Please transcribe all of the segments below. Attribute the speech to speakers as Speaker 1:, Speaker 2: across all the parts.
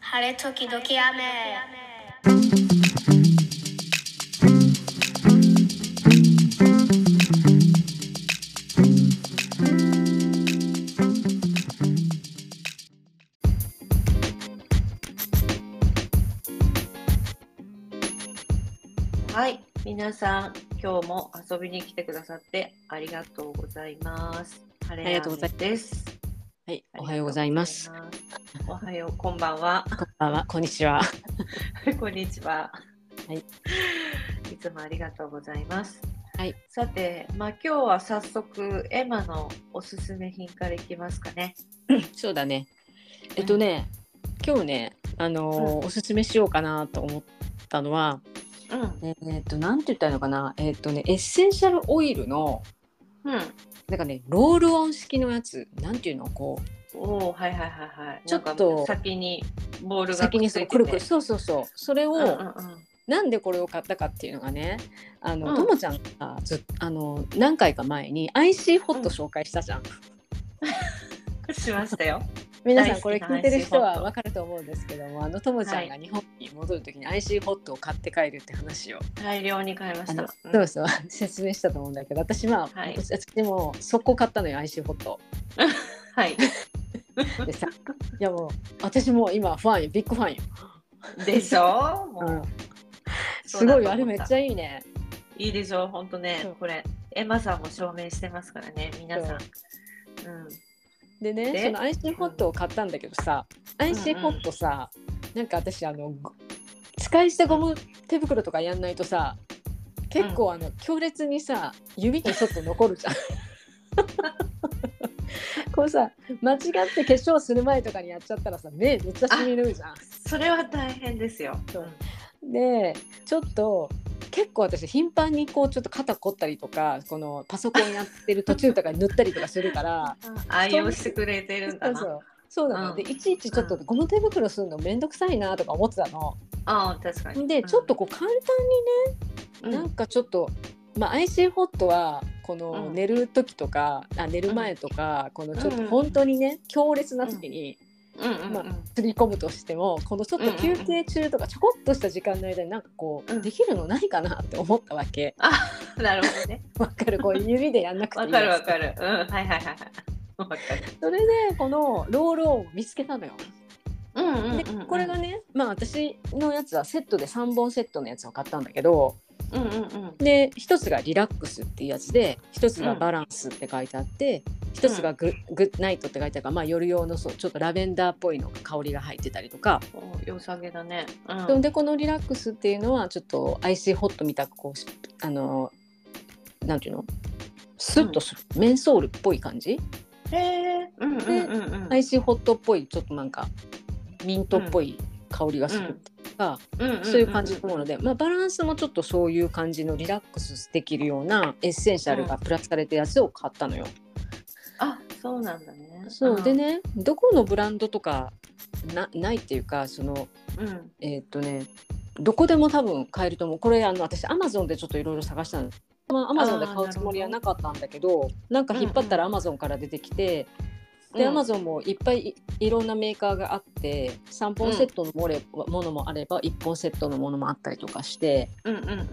Speaker 1: 晴れ時々雨。
Speaker 2: はい、皆さん、今日も遊びに来てくださってありがとうございます。あり
Speaker 3: りがとうござい
Speaker 2: ます。
Speaker 3: はい、おはようございます。
Speaker 2: ありがとうございます。おはよう、こんばんは。
Speaker 3: こんばんは、こんにちは。
Speaker 2: こんにちは。
Speaker 3: はい
Speaker 2: いつもありがとうございます。
Speaker 3: はい、
Speaker 2: さて、まあ、今日は早速、エマのおすすめ品からいきますかね。
Speaker 3: そうだね。えっとね、今日ね、あのーおすすめしようかなと思ったのは、
Speaker 2: うん、
Speaker 3: えーっと、なんて言ったらいいのかな、えーっとね、エッセンシャルオイルの、
Speaker 2: うん、
Speaker 3: なんかね、ロールオン式のやつ、なんていうの、こ
Speaker 2: おお、はいはいはいはい。
Speaker 3: ちょっと
Speaker 2: なんか先にボー
Speaker 3: う、
Speaker 2: ルが
Speaker 3: 先にそのくるくる、そうそうそう、それを、
Speaker 2: うんうんうん。
Speaker 3: なんでこれを買ったかっていうのがね、あの、
Speaker 2: うん
Speaker 3: ともちゃんがずっあの、何回か前に IC ホット紹介したじゃん。
Speaker 2: しましたよ。
Speaker 3: 皆
Speaker 2: 大
Speaker 3: さ
Speaker 2: 好
Speaker 3: ん
Speaker 2: き
Speaker 3: これ聞いてる人はわかると思うんですけどもあのともちゃんが
Speaker 2: は
Speaker 3: 日本に戻る時に IC ホットを買って帰るって話を、
Speaker 2: 大量に買いま
Speaker 3: あ
Speaker 2: し
Speaker 3: の
Speaker 2: た。
Speaker 3: そうそう説明したと思うんだけど私まあ、
Speaker 2: はい
Speaker 3: 私私も速攻買ったのよ IC ホット
Speaker 2: はい。
Speaker 3: でさいやもう私も今ファンよビッグファン よ、
Speaker 2: でしょも
Speaker 3: う、
Speaker 2: うんそ
Speaker 3: す
Speaker 2: うだと思
Speaker 3: ごい
Speaker 2: った
Speaker 3: あれめっちゃいいね
Speaker 2: いいでしょ本当
Speaker 3: そ
Speaker 2: ね
Speaker 3: う、
Speaker 2: これ、エマさんも証明してますからね、皆さん。
Speaker 3: でね
Speaker 2: で
Speaker 3: その IC ホットを買ったんだけどさ、IC ホットさなんか私あのご使い捨てゴム手袋とかやんないとさ結構あの、強烈にさ指にちょっと残るじゃん。 こうさ間違って化粧する前とかにやっちゃったらさ目めっちゃしみるじゃん。
Speaker 2: それは大変ですよ。
Speaker 3: そう
Speaker 2: うん
Speaker 3: でちょっと結構私頻繁にこうちょっと肩凝ったりとかこのパソコンやってる途中とかに塗ったりとかするから。
Speaker 2: 愛用してくれてるんだ
Speaker 3: そうそ
Speaker 2: な。
Speaker 3: うそうなの、
Speaker 2: うん
Speaker 3: でいちいちちょっとゴム手袋するのめんどくさいなとか思ってたの、
Speaker 2: ああ、確かに。
Speaker 3: でちょっとこう簡単に
Speaker 2: うん、
Speaker 3: ね、なんかちょっと、まあ、IC ホットはこ
Speaker 2: う
Speaker 3: の
Speaker 2: ん
Speaker 3: 寝る時とか、あ寝る前とか、このちょっ
Speaker 2: うん
Speaker 3: と
Speaker 2: うん
Speaker 3: 本当にね強烈な時に
Speaker 2: うんうん
Speaker 3: ま
Speaker 2: う
Speaker 3: あ
Speaker 2: ん
Speaker 3: 釣り込むとしてもこのちょっと休憩中とかちょこっとした時間の間になんかこう、
Speaker 2: うん
Speaker 3: できるのないかなって思ったわけ
Speaker 2: あ、なるほどね。
Speaker 3: わかるこう指でやんなくて
Speaker 2: わ
Speaker 3: いい
Speaker 2: かる
Speaker 3: や
Speaker 2: わ
Speaker 3: つ
Speaker 2: かる。うん、はいはいはいはい。わかる。
Speaker 3: それでこのロールオンを見つけたのよ。
Speaker 2: うんうん
Speaker 3: で
Speaker 2: うんうん
Speaker 3: これがねまあ私のやつはセットで3本セットのやつを買ったんだけど
Speaker 2: うんうんうん
Speaker 3: で1つがリラックスっていうやつで1つがバランスって書いてあって1つがグ,、グッナイトって書いてあるから、まあ、夜用のそうちょっとラベンダーっぽいのが香りが入ってたりとか、
Speaker 2: お。良さげだね。うん。
Speaker 3: でこのリラックスっていうのはちょっとアイシーホットみたくこうしあのなんていうのスッとする、メンソールっぽい感じ、
Speaker 2: へえ。うんうんうんうん。
Speaker 3: アイシーホットっぽいちょっとなんかミントっぽい香りがするとか。
Speaker 2: うんんんん
Speaker 3: そういう感じのもので、まあ、バランスもちょっとそういう感じのリラックスできるようなエッセンシャルがプラスされたやつを買ったのよ。
Speaker 2: あ、そうなんだね。
Speaker 3: そうで
Speaker 2: ん。
Speaker 3: ねどこのブランドとかなないっていうかその
Speaker 2: うん。
Speaker 3: えーっとねどこでも多分買えると思うこれあの私アマゾンでちょっといろいろ探したの。まあ、アマゾンで買うつもりはなかったんだけどなんか引っ張ったらアマゾンから出てきて、で、
Speaker 2: うん
Speaker 3: Amazon もいっぱいいいろんなメーカーがあって3本セットのもれものもあれば1本セットのものもあったりとかして、
Speaker 2: うんうんうん。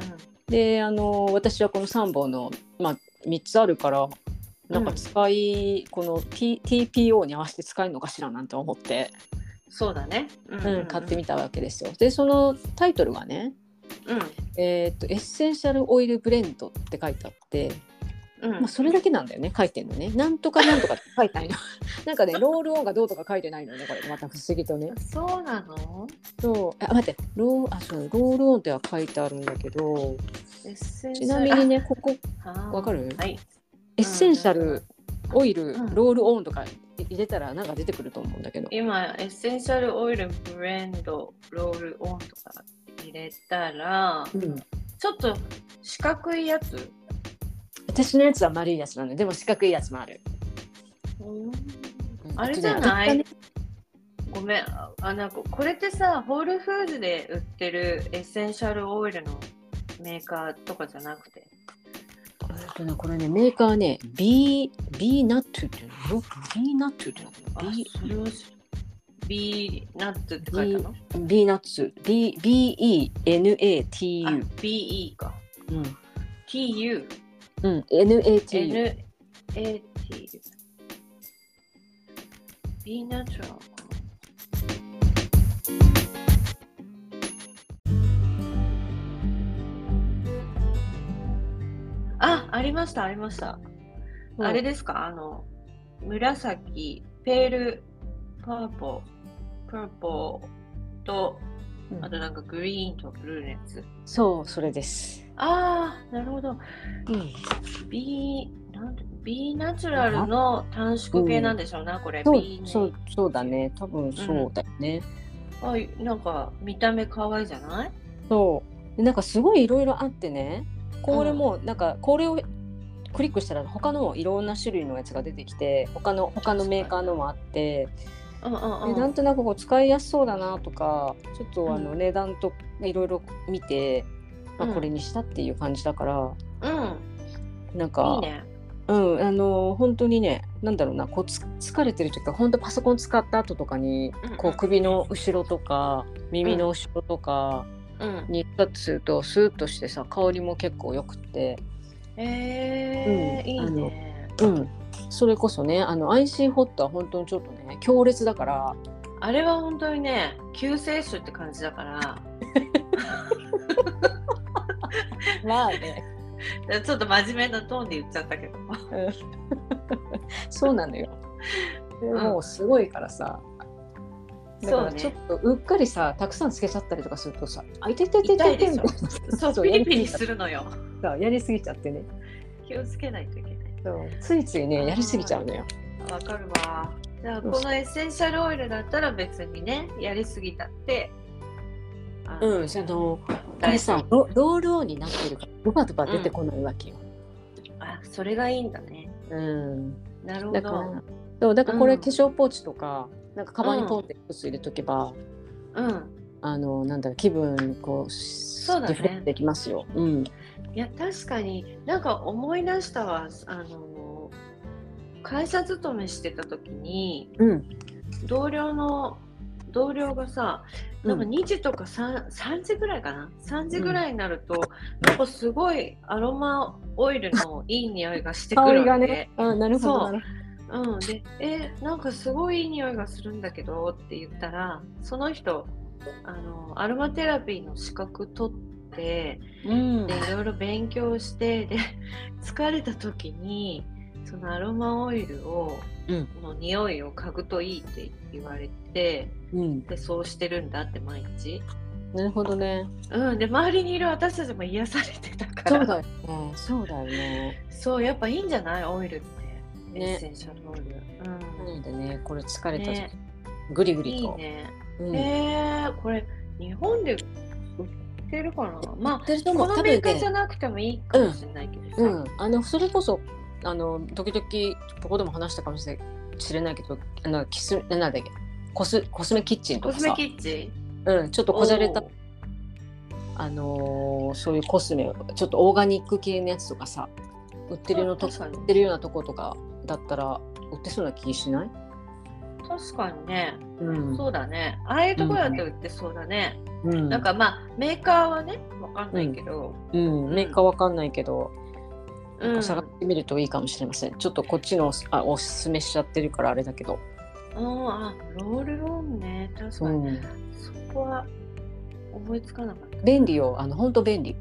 Speaker 3: であの私はこの3本の、まあ、3つあるからなんか使い、この、T、TPO に合わせて使えるのかしらなんて思って、
Speaker 2: そうだね。う
Speaker 3: うん買ってみたわけですよ。でそのタイトルがね、
Speaker 2: うん
Speaker 3: えーっと「エッセンシャルオイルブレンド」って書いてあって、
Speaker 2: うん
Speaker 3: まあ、それだけなんだよね書いてんのねなんとかなんとかって書いてないの なんかねロールオンがどうとか書いてないのよねこれまた不思議とね。
Speaker 2: そうなの
Speaker 3: そうあ待ってローあそうロールオンっては書いてあるんだけど
Speaker 2: エッセンシ
Speaker 3: ち
Speaker 2: ャ
Speaker 3: な
Speaker 2: ル
Speaker 3: みにねここ
Speaker 2: あはー
Speaker 3: わかる
Speaker 2: はい。
Speaker 3: エッセンシャルオイル、
Speaker 2: うん
Speaker 3: ロールオンとか入れたらなんか出てくると思うんだけど、
Speaker 2: 今、エッセンシャルオイル、ブレンド、ロールオンとか入れたら、ちょっと四角いやつ。
Speaker 3: 私のやつは丸いやつなのでも四角いやつもある、
Speaker 2: あれじゃない、
Speaker 3: えっとね
Speaker 2: ごめん。あ、なんか、これってさ、ホールフーズで売ってるエッセンシャルオイルのメーカーとかじゃなくて。
Speaker 3: えっとねこれねメーカーね B, B ナットっていうの B ナットっていうのかな
Speaker 2: あ
Speaker 3: B、
Speaker 2: それは知 B ナッツって書いたの
Speaker 3: B ナッツ B B E N A T
Speaker 2: あ
Speaker 3: U
Speaker 2: ?BE か。
Speaker 3: うん
Speaker 2: TU。
Speaker 3: うん N A T U
Speaker 2: N A T U。B ナチュラルかな。あ、ありました、ありました。あれですか、あの、紫、ペール、パーポ、パーポと、
Speaker 3: うん
Speaker 2: あとなんかグリーンとブルーのやつ。
Speaker 3: そうそれです。
Speaker 2: ああ、なるほど。
Speaker 3: うん、
Speaker 2: B、なんて B ナチュラルの短縮系なんでしょうな、これ。
Speaker 3: そう
Speaker 2: B ね
Speaker 3: そうそうだね多分そうだよね。
Speaker 2: あいなんか見た目可愛いじゃない
Speaker 3: そうでなんかすごいいろいろあってねこれもなんかこれをクリックしたら他のもいろんな種類のやつが出てきて他の他のメーカーのもあって
Speaker 2: うんうんう
Speaker 3: で
Speaker 2: ん。
Speaker 3: なんとなくこう使いやすそうだなとかちょっとあ
Speaker 2: う
Speaker 3: の
Speaker 2: ん
Speaker 3: 値段といろいろ見て、まあ、
Speaker 2: うん
Speaker 3: これにしたっていう感じだから、
Speaker 2: うん。
Speaker 3: なんか
Speaker 2: いいね。
Speaker 3: うん、あの本当にねなんだろうなこうつ疲れてる時は本当パソコン使った後とかに
Speaker 2: うんうん
Speaker 3: こう首の後ろとか耳の後ろとか
Speaker 2: うん。
Speaker 3: にタッチするとスーッとしてさ香りも結構よくって、
Speaker 2: え
Speaker 3: う
Speaker 2: ー、
Speaker 3: ん
Speaker 2: いい
Speaker 3: あの
Speaker 2: ね。
Speaker 3: うん、それこそねあの IC ホットは本当にちょっとね強烈だから
Speaker 2: あれは本当にね、救世主って感じだから。
Speaker 3: まあね
Speaker 2: ちょっと真面目なトーンで言っちゃったけど。
Speaker 3: そうなのよ。で
Speaker 2: ん
Speaker 3: もうすごいからさだからちょっとうっかりさたくさんつけちゃったりとかするとさ「あいてててて
Speaker 2: 痛
Speaker 3: て
Speaker 2: いで
Speaker 3: て」
Speaker 2: し
Speaker 3: み
Speaker 2: ょ
Speaker 3: たいな
Speaker 2: そう、
Speaker 3: そう
Speaker 2: ピ
Speaker 3: や
Speaker 2: リピリ
Speaker 3: りすぎちゃっ
Speaker 2: するのよ。
Speaker 3: そうやりすぎちゃってね
Speaker 2: 気をつけないといけない。
Speaker 3: そうついついねやりすぎちゃうのよ。
Speaker 2: わかるわ。じゃあ、このエッセンシャルオイルだったら別にね、やりすぎたって。あの
Speaker 3: うん、あの、これさ、ロロールオンになってるから、ドバドバ出てこないわけよ。
Speaker 2: あ、それがいいんだね。
Speaker 3: うん。
Speaker 2: なるほ
Speaker 3: だから
Speaker 2: ど。、
Speaker 3: そう、だからこ
Speaker 2: う
Speaker 3: れ
Speaker 2: ん
Speaker 3: 化粧ポーチとか、なんかカバンにポンって一つ入れとけば、
Speaker 2: うん。
Speaker 3: あの、なんだろう、気分、こう、そう
Speaker 2: だね
Speaker 3: リフレッシュできますよ。うん。
Speaker 2: いや、確かになんか思い出したわ。あの、会社勤めしてた時に、
Speaker 3: うん。
Speaker 2: 同僚の、同僚がさ、なんか
Speaker 3: うん
Speaker 2: 2時とか 3, 3時ぐらいかな3時ぐらいになると、なんかすごいアロマオイルのいい匂いがしてく
Speaker 3: 香り
Speaker 2: るわ
Speaker 3: が
Speaker 2: け、
Speaker 3: ね、あ、なるほ
Speaker 2: そう
Speaker 3: ど。なる
Speaker 2: うん、でえなんかすごいいい匂いがするんだけどって言ったらその人あのアロマテラピーの資格取って
Speaker 3: ほどうん
Speaker 2: でいろいろ勉強してで 疲れた時にそのアロマオイルを、
Speaker 3: うん
Speaker 2: の匂いを嗅ぐといいって言われて
Speaker 3: うん。
Speaker 2: でそうしてるんだって毎日。
Speaker 3: なるほどね。
Speaker 2: うん、で周りにいる私たちも癒されてたか
Speaker 3: そ
Speaker 2: ら
Speaker 3: うだよね。そうだよね。
Speaker 2: そうやっぱいいんじゃないオイルって、
Speaker 3: ね
Speaker 2: エッセンシャルオイル、
Speaker 3: な
Speaker 2: うん
Speaker 3: のでね、これ疲れた時
Speaker 2: ね、
Speaker 3: ぐりぐり
Speaker 2: いい
Speaker 3: と。
Speaker 2: ね、
Speaker 3: うん
Speaker 2: えー、これ日本で売ってるかな
Speaker 3: 売
Speaker 2: ま
Speaker 3: っ
Speaker 2: あ
Speaker 3: てると思
Speaker 2: こ
Speaker 3: う
Speaker 2: の
Speaker 3: 多
Speaker 2: メー
Speaker 3: 分
Speaker 2: カー
Speaker 3: ね
Speaker 2: じゃなくてもいいかもしれないけどさ、
Speaker 3: うん、あのそれこそあの時々ここでも話したかもしれない知れないけどあのキスなんだっけコスコスメキッチンと
Speaker 2: コ
Speaker 3: か
Speaker 2: スメ
Speaker 3: さ
Speaker 2: キ、ッチン
Speaker 3: うん、ちょっとこじゃれた
Speaker 2: おー
Speaker 3: あのーそういうコスメちょっとオーガニック系のやつとかさ売ってるのと
Speaker 2: 確かに
Speaker 3: 売ってるようなとことかだったら売ってそうな気しない、
Speaker 2: 確かにね、
Speaker 3: うん
Speaker 2: そうだねああいうところだって売ってそうだね、
Speaker 3: うん
Speaker 2: なんかまあメーカーはねわかんないけど、
Speaker 3: うん、メーカーわかんないけど、
Speaker 2: うん
Speaker 3: なんか探してみるといいかもしれませんちょっとこっちのあおすすめしちゃってるからあれだけど、
Speaker 2: うんあロールオンね確
Speaker 3: う
Speaker 2: かに、
Speaker 3: ん、
Speaker 2: そこは思いつかなかっ
Speaker 3: 便利よあの本当便利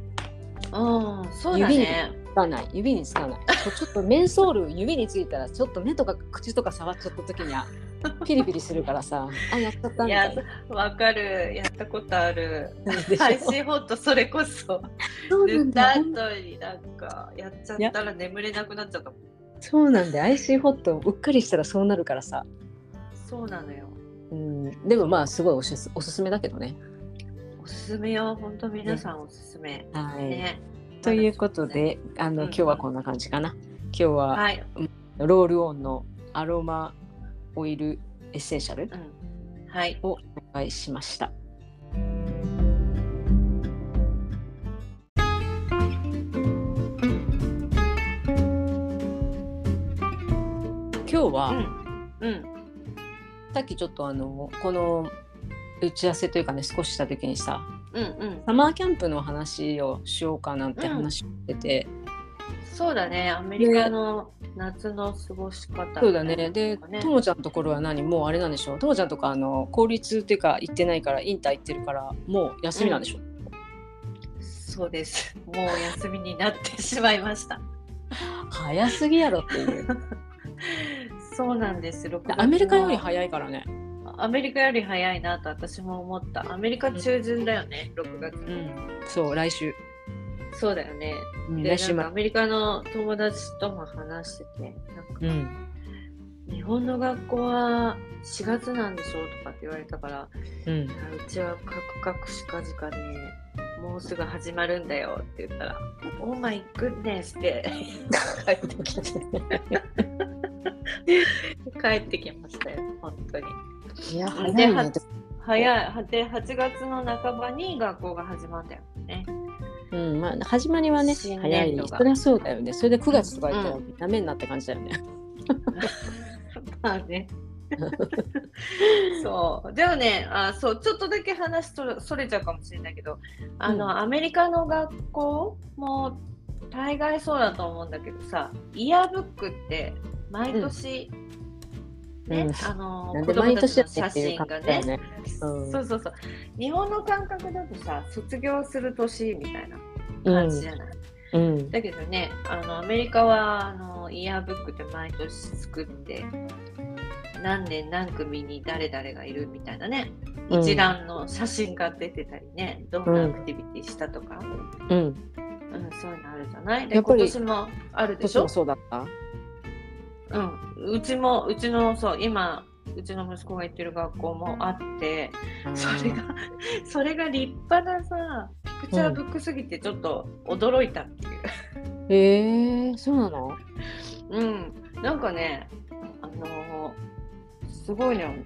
Speaker 2: たうんそうだね
Speaker 3: つかない指につかないこうちょっとメンソール指についたらちょっと目とか口とか触っちゃった時にはピリピリするからさあやっちゃったみた
Speaker 2: い
Speaker 3: い
Speaker 2: や
Speaker 3: な
Speaker 2: わかるやったことある
Speaker 3: でしょ
Speaker 2: 配信ホットそれこそ
Speaker 3: そうなん
Speaker 2: 絶
Speaker 3: だ
Speaker 2: 対後になんかやっちゃったら眠れなくなっちゃったもん
Speaker 3: そうなんだ IC ホットうっかりしたらそうなるからさ、
Speaker 2: そうなのよ
Speaker 3: うん、でもまあすごいおしすおすすめだけどね
Speaker 2: おすすめよ本当皆さんおすすめ、
Speaker 3: はい、
Speaker 2: ね
Speaker 3: ということであの、
Speaker 2: うん
Speaker 3: 今日はこんな感じかな今日は、
Speaker 2: はい、
Speaker 3: ロールオンのアロマオイルエッセンシャル
Speaker 2: うん、はい
Speaker 3: を紹介しました今日は、
Speaker 2: うんうん
Speaker 3: さっきちょっとあのこの打ち合わせというかね少しした時にさ
Speaker 2: うんうん
Speaker 3: サマーキャンプの話をしようかなって話をしてて、
Speaker 2: そうだねアメリカの夏の過ごし方みたいなのとか、
Speaker 3: そうだねでと
Speaker 2: う
Speaker 3: もちゃんのところは何もうあれなんでしょうともちゃんとかあの公立っていうか行ってないからインター行ってるからもう休みなんでしょう、
Speaker 2: そうですもう休みになってしまいました
Speaker 3: 早すぎやろっていう
Speaker 2: そうなんです6月
Speaker 3: アメリカより
Speaker 2: は
Speaker 3: 早いからね
Speaker 2: アメリカより早いなと私も思ったアメリカ中旬だよね、6月の、
Speaker 3: うんそう来週
Speaker 2: そうだよね
Speaker 3: うん
Speaker 2: で
Speaker 3: 来
Speaker 2: な
Speaker 3: 週
Speaker 2: んか
Speaker 3: ま
Speaker 2: アメリカの友達とも話しててなんか、
Speaker 3: うん
Speaker 2: 日本の学校は4月なんでしょうとかって言われたから
Speaker 3: うん
Speaker 2: いやうちはカクカクしかじかでもうすぐ始まるんだよって言ったら「オーマイグッネス」で
Speaker 3: 帰ってきて
Speaker 2: 帰ってきましたよ本当に
Speaker 3: いや
Speaker 2: 早
Speaker 3: 早
Speaker 2: い
Speaker 3: い
Speaker 2: ね
Speaker 3: ね
Speaker 2: 早いで8月の半ばに学校が始まったよね
Speaker 3: うんまあ、始まりはね
Speaker 2: 新
Speaker 3: 早
Speaker 2: 年
Speaker 3: い
Speaker 2: 度が
Speaker 3: そりゃそうだよねそれで9月とか言ったらダメになって感じだよね、
Speaker 2: まあね。そうでもねあそうちょっとだけ話それそれちゃうかもしれないけどあの、
Speaker 3: うん
Speaker 2: アメリカの学校も大概そうだと思うんだけどさイヤーブックって毎年、
Speaker 3: うん
Speaker 2: ね、
Speaker 3: うん
Speaker 2: あの
Speaker 3: なん
Speaker 2: 子
Speaker 3: で
Speaker 2: 供
Speaker 3: 毎
Speaker 2: た
Speaker 3: 年
Speaker 2: ち
Speaker 3: や
Speaker 2: の
Speaker 3: って
Speaker 2: 写
Speaker 3: ってい
Speaker 2: 真
Speaker 3: う感
Speaker 2: が
Speaker 3: じだ
Speaker 2: ね
Speaker 3: よねうん
Speaker 2: そうそうそう日本の感覚だとさ卒業する年みたいな
Speaker 3: う
Speaker 2: 感じじ
Speaker 3: ん
Speaker 2: ゃない、
Speaker 3: うん
Speaker 2: だけどねあのアメリカはあのイヤーブックって毎年作って何年何組に誰々がいるみたいなね
Speaker 3: うん
Speaker 2: 一覧の写真が出てたりねどんなアクティビティしたとか、
Speaker 3: うん
Speaker 2: うんそういうのあるじゃないで
Speaker 3: やっぱ
Speaker 2: 今
Speaker 3: り
Speaker 2: 年もあるでし
Speaker 3: 年
Speaker 2: ょ
Speaker 3: も、そうだった
Speaker 2: うん、うちもうちのそう今うちの息子が行ってる学校もあってそれがそれが立派なさピクチャーブックすぎてちょっと驚いたっていう。
Speaker 3: へえー、そうなの
Speaker 2: うん、なんかね、あのーすごいね、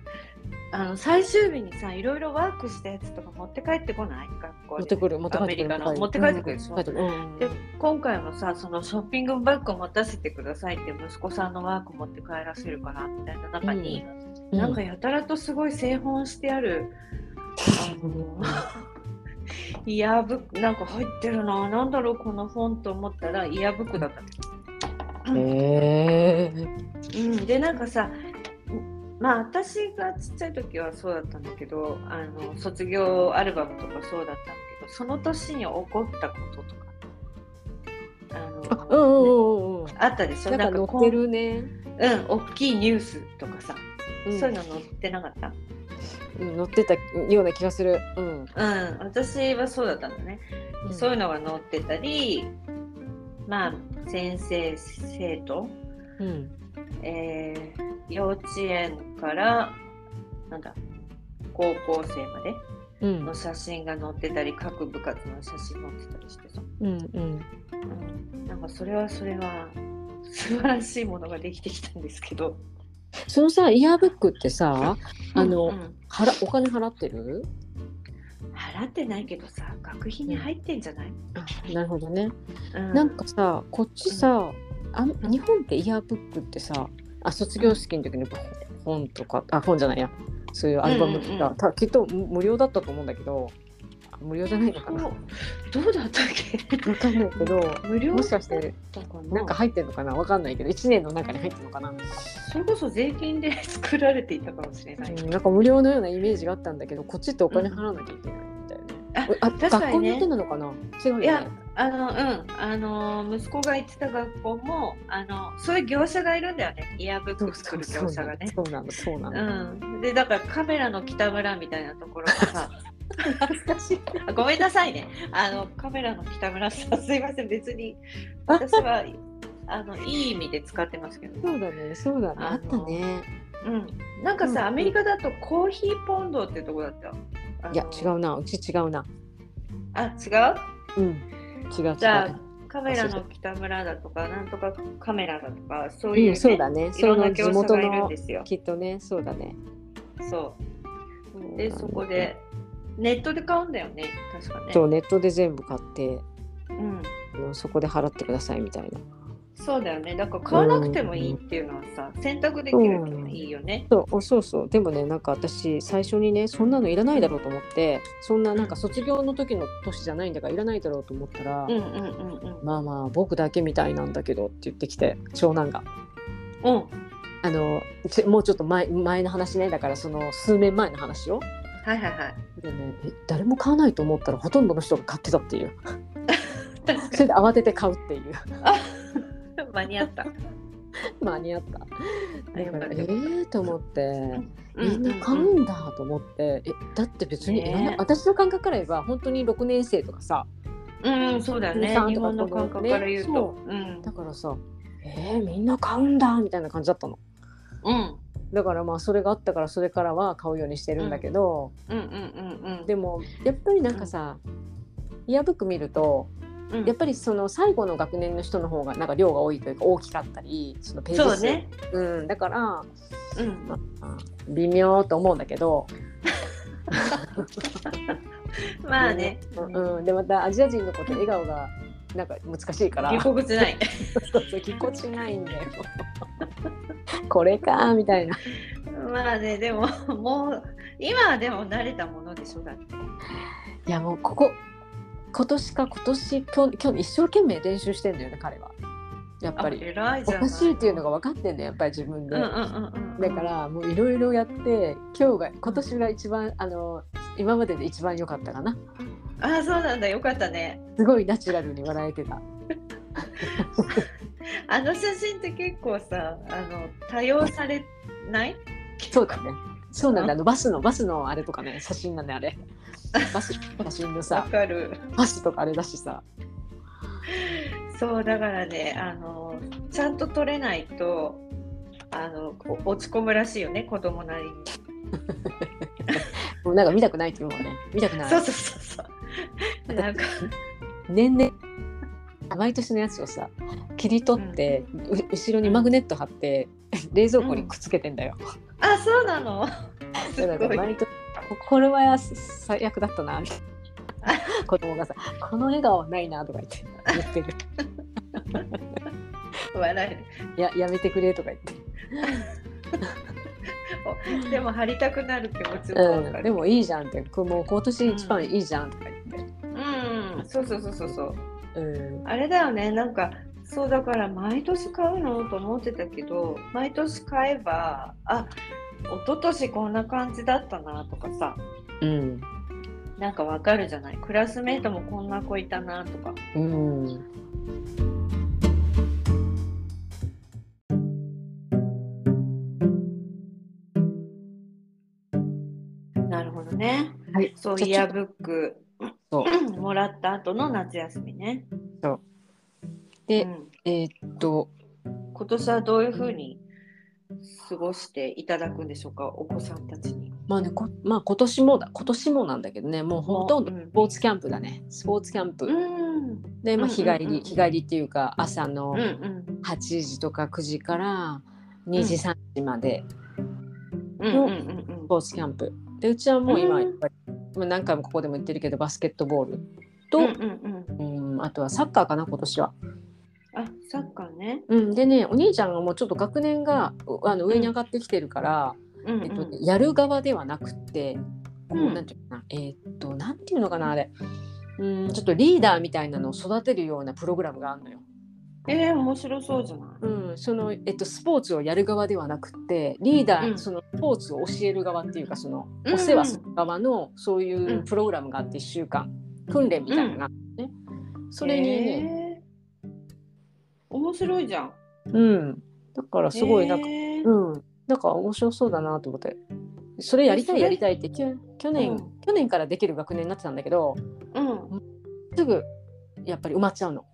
Speaker 2: あの最終日にさ、いろいろワークしたやつとか持って帰ってこない学校
Speaker 3: 持
Speaker 2: に
Speaker 3: ってくる持って帰ってくる
Speaker 2: アメリカの持って帰ってくるでしょ
Speaker 3: 持って帰ってくるうん
Speaker 2: で今回もさ、そのショッピングバッグを持たせてくださいって息子さんのワーク持って帰らせるからみたいな中に、
Speaker 3: うん
Speaker 2: なんかやたらとすごい製本してある、あの ーイヤーブックなんか入ってるななんだろうこの本と思ったらイヤーブックだった
Speaker 3: へえ
Speaker 2: うん、でなんかさまあ私がちっちゃい時はそうだったんだけどあの卒業アルバムとかそうだったんだけどその年に起こったこととか
Speaker 3: あ
Speaker 2: あ
Speaker 3: う
Speaker 2: のね
Speaker 3: んうんうんうん
Speaker 2: あったでしょ
Speaker 3: なん
Speaker 2: な
Speaker 3: か乗
Speaker 2: んか
Speaker 3: っ
Speaker 2: こ
Speaker 3: て
Speaker 2: う
Speaker 3: るね、
Speaker 2: うん大きいニュースとかさ、
Speaker 3: うん
Speaker 2: そういうの載ってなかった
Speaker 3: うん乗ってたような気がするうん
Speaker 2: うん私はそうだったんだね、そういうのが載ってたりまあ先生生徒
Speaker 3: うん
Speaker 2: えー幼稚園からなんだ高校生まで
Speaker 3: うん
Speaker 2: の写真が載ってたり各部活の写真載ってたりしてさ、
Speaker 3: うんうん
Speaker 2: うん、なんかそれはそれは素晴らしいものができてきたんですけど
Speaker 3: そのさイヤーブックってさあの、
Speaker 2: うんうん
Speaker 3: はらお金払ってる
Speaker 2: 払ってないけどさ学費に入ってんじゃない、
Speaker 3: なるほどね、
Speaker 2: う
Speaker 3: なんかさこっちさ、あん日本ってイヤーブックってさあ卒業式の時にほ本とかあ本じゃないやそういうアルバムとか、
Speaker 2: うんうんうん
Speaker 3: たきっと無無料だったと思うんだけどあ無料じゃないのかな
Speaker 2: おどうだったっけ
Speaker 3: 分かんないけど
Speaker 2: 無料
Speaker 3: もし
Speaker 2: だ
Speaker 3: か
Speaker 2: っ
Speaker 3: して
Speaker 2: たかな
Speaker 3: なんか入ってんのかな分かんないけど1年の中に入ってんのかな、
Speaker 2: それこそ税金で 作られていたかもしれない、
Speaker 3: うんなんか無料のようなイメージがあったんだけどこっちってお金払わなきゃいけないんだよね、
Speaker 2: あ
Speaker 3: あ
Speaker 2: 確か
Speaker 3: 学
Speaker 2: にね
Speaker 3: 校によってなのかな違うよ
Speaker 2: い
Speaker 3: ね
Speaker 2: やあのうんあの息子が行ってた学校もあのそういう業者がいるんだよねイヤーブック作る業者がね
Speaker 3: そうなのそうなのそうなの、
Speaker 2: うん、でだからカメラの北村みたいなところがさ
Speaker 3: 懐かしい
Speaker 2: あごめんなさいねあのカメラの北村さんすいません別に私はあのいい意味で使ってますけど、
Speaker 3: そうだね、そうだね。
Speaker 2: あの
Speaker 3: あったね。
Speaker 2: うん、なんかさ、
Speaker 3: うん
Speaker 2: アメリカだとコーヒーポンドってとこだったよあの
Speaker 3: いや、違うな、うち違うな。
Speaker 2: あ違う
Speaker 3: うん。違う違う。
Speaker 2: じゃあカメラの北村だとかなんとかカメラだとかそういう、ね
Speaker 3: うん、そうだね。
Speaker 2: い
Speaker 3: そ
Speaker 2: ろんな
Speaker 3: の
Speaker 2: 業
Speaker 3: 地
Speaker 2: 者
Speaker 3: 元
Speaker 2: がいるん
Speaker 3: の
Speaker 2: で。すよ
Speaker 3: きっとね、そうだね。
Speaker 2: そうでそこでネットで買うんだよね確かね
Speaker 3: そう、ネットで全部買って、
Speaker 2: うん
Speaker 3: あのそこで払ってくださいみたいな。
Speaker 2: そうだよねだから買わなくてもいいっていうのはさ、選択できるっていうのはいいよね、
Speaker 3: そうおそうそうでもねなんか私最初にねそんなのいらないだろうと思ってそんななんか卒業の時の年じゃないんだからいらないだろうと思ったら、
Speaker 2: うん、うんうんうん
Speaker 3: まあまあ僕だけみたいなんだけどって言ってきて長男が
Speaker 2: うん
Speaker 3: あのちもうちょっと前前の話ねだからその数年前の話を
Speaker 2: はいはいはい
Speaker 3: でねえ誰も買わないと思ったらほとんどの人が買ってたっていう
Speaker 2: 確
Speaker 3: それで慌てて買うっていう
Speaker 2: か に間に合った、
Speaker 3: 間に合った
Speaker 2: あ
Speaker 3: だ
Speaker 2: よ
Speaker 3: か
Speaker 2: からっ
Speaker 3: え
Speaker 2: た
Speaker 3: えと思って
Speaker 2: う
Speaker 3: みんな買
Speaker 2: う
Speaker 3: うんだと思ってえだって別にいらない
Speaker 2: ね
Speaker 3: 私の感覚から言えば本当に6年生とかさ
Speaker 2: うん、うん、そうだよね
Speaker 3: 13
Speaker 2: 日本の感覚から言う
Speaker 3: と
Speaker 2: と
Speaker 3: か
Speaker 2: う,、ん
Speaker 3: だからさえー、みんな買うんだみたいな感じだったの
Speaker 2: うん
Speaker 3: だからまあそれがあったからそれからは買うようにしてるんだけど、
Speaker 2: うんうんうんうん
Speaker 3: でもやっぱりなんかさ、イヤブック見ると
Speaker 2: うん
Speaker 3: やっぱりその最後の学年の人の方がなんか量が多いというか大きかったりそのページ数
Speaker 2: そうね
Speaker 3: うん、だから
Speaker 2: うん
Speaker 3: 微妙と思うんだけど、
Speaker 2: まあね、
Speaker 3: うんうんでまたアジア人のこと笑顔がなんか難しいから
Speaker 2: ぎこちない
Speaker 3: そうそうぎこちないんだよ これかーみたいな
Speaker 2: まあねでももう今はでも慣れたものでしょだって
Speaker 3: いやもうここ今年か今年きょ去年一生懸命練習してんだよね彼はやっぱ
Speaker 2: あ
Speaker 3: り
Speaker 2: 偉い
Speaker 3: お
Speaker 2: じゃん
Speaker 3: かしいっていうのが分かってんだよやっぱり自分で、
Speaker 2: うんうんうんうん
Speaker 3: だからもういろいろやって今日が今年が一番あの今までで一番良かったかな
Speaker 2: ああそうなんだよかったね
Speaker 3: すごいナチュラルに笑えてた
Speaker 2: あの写真って結構さあの多用され ない
Speaker 3: そうだねそうなんだあのバスのバスのあれとかね写真なんだよあれ バス写真の
Speaker 2: わ
Speaker 3: さ
Speaker 2: かる
Speaker 3: バスとかあれだしさ
Speaker 2: そうだからねあのちゃんと撮れないとあのこう落ち込むらしいよね子供なりに
Speaker 3: もうなんか見たくないって言うもんね見たくない
Speaker 2: そうそうそうそうなんか
Speaker 3: 年々毎年のやつをさ切り取って、う後ろにマグネット貼って冷蔵庫にくっつけてんだよ、
Speaker 2: あそうなの す
Speaker 3: だか
Speaker 2: ご
Speaker 3: ら
Speaker 2: い
Speaker 3: 毎年これは最悪だったなみ たいな子供がさ「この笑顔はないな」とか言って言ってる
Speaker 2: 笑える
Speaker 3: 「いややめてくれ」とか言って、
Speaker 2: おでも貼りたくなる気持ちもわか
Speaker 3: うん、
Speaker 2: る
Speaker 3: でもいいじゃんって「こもう今年一番いいじゃん」とか言って、
Speaker 2: うんそうそうそうそうそう
Speaker 3: うん、
Speaker 2: あれだよねなんかそうだから毎年買うのと思ってたけど毎年買えばあ一昨年こんな感じだったなとかさ
Speaker 3: うん
Speaker 2: なんかわかるじゃないクラスメートもこんな子いたなとか
Speaker 3: うん、
Speaker 2: なるほどね
Speaker 3: はい
Speaker 2: そう
Speaker 3: じゃあ
Speaker 2: イヤーブック
Speaker 3: そう
Speaker 2: うんもらった後の夏休みね
Speaker 3: そうで
Speaker 2: うん
Speaker 3: えーっと
Speaker 2: 今年はどういうふうに過ごしていただくんでしょうかお子さんたちに
Speaker 3: まあねこ、まあ、今年もだ今年もなんだけどねもうほとんど
Speaker 2: うん
Speaker 3: スポーツキャンプだねスポーツキャンプ、
Speaker 2: うん
Speaker 3: で、まあ、
Speaker 2: うん
Speaker 3: 日
Speaker 2: うん
Speaker 3: 帰り、
Speaker 2: うんうん
Speaker 3: 日帰りっていうか朝の
Speaker 2: うんうん
Speaker 3: 8時とか9時から2時
Speaker 2: うん
Speaker 3: 3時まで
Speaker 2: うんうんうんうん
Speaker 3: スポーツキャンプでうちはもう今
Speaker 2: うん
Speaker 3: やっぱり、まあ何回もここでも言ってるけどバスケットボールと、
Speaker 2: う
Speaker 3: うんん
Speaker 2: うんうん
Speaker 3: あとはサッカーかな今年は。
Speaker 2: あサッカーね。
Speaker 3: うん、でねお兄ちゃんがもうちょっと学年がうあの上に上がってきてるから、
Speaker 2: うんうん
Speaker 3: えっとねやる側ではなくて、
Speaker 2: うん
Speaker 3: もうなんていうのかなえーっとなんていうのかなあれうんちょっとリーダーみたいなのを育てるようなプログラムがあるのよ。
Speaker 2: えー、面白そうじゃない。
Speaker 3: うん、そのえっとスポーツをやる側ではなくってリーダー、
Speaker 2: うん
Speaker 3: そのスポーツを教える側っていうかその
Speaker 2: うん
Speaker 3: お世話する側のそういうんうプログラムがあって1週間訓練みたいなのがあってね、それにね、
Speaker 2: えー面白いじゃん。
Speaker 3: うんだからすごいなんか、
Speaker 2: えー
Speaker 3: うんなんか面白そうだなと思ってそれやりたいやりたいってきょ去年、
Speaker 2: うん
Speaker 3: 去年からできる学年になってたんだけど
Speaker 2: うん。
Speaker 3: すぐやっぱり埋まっちゃうの。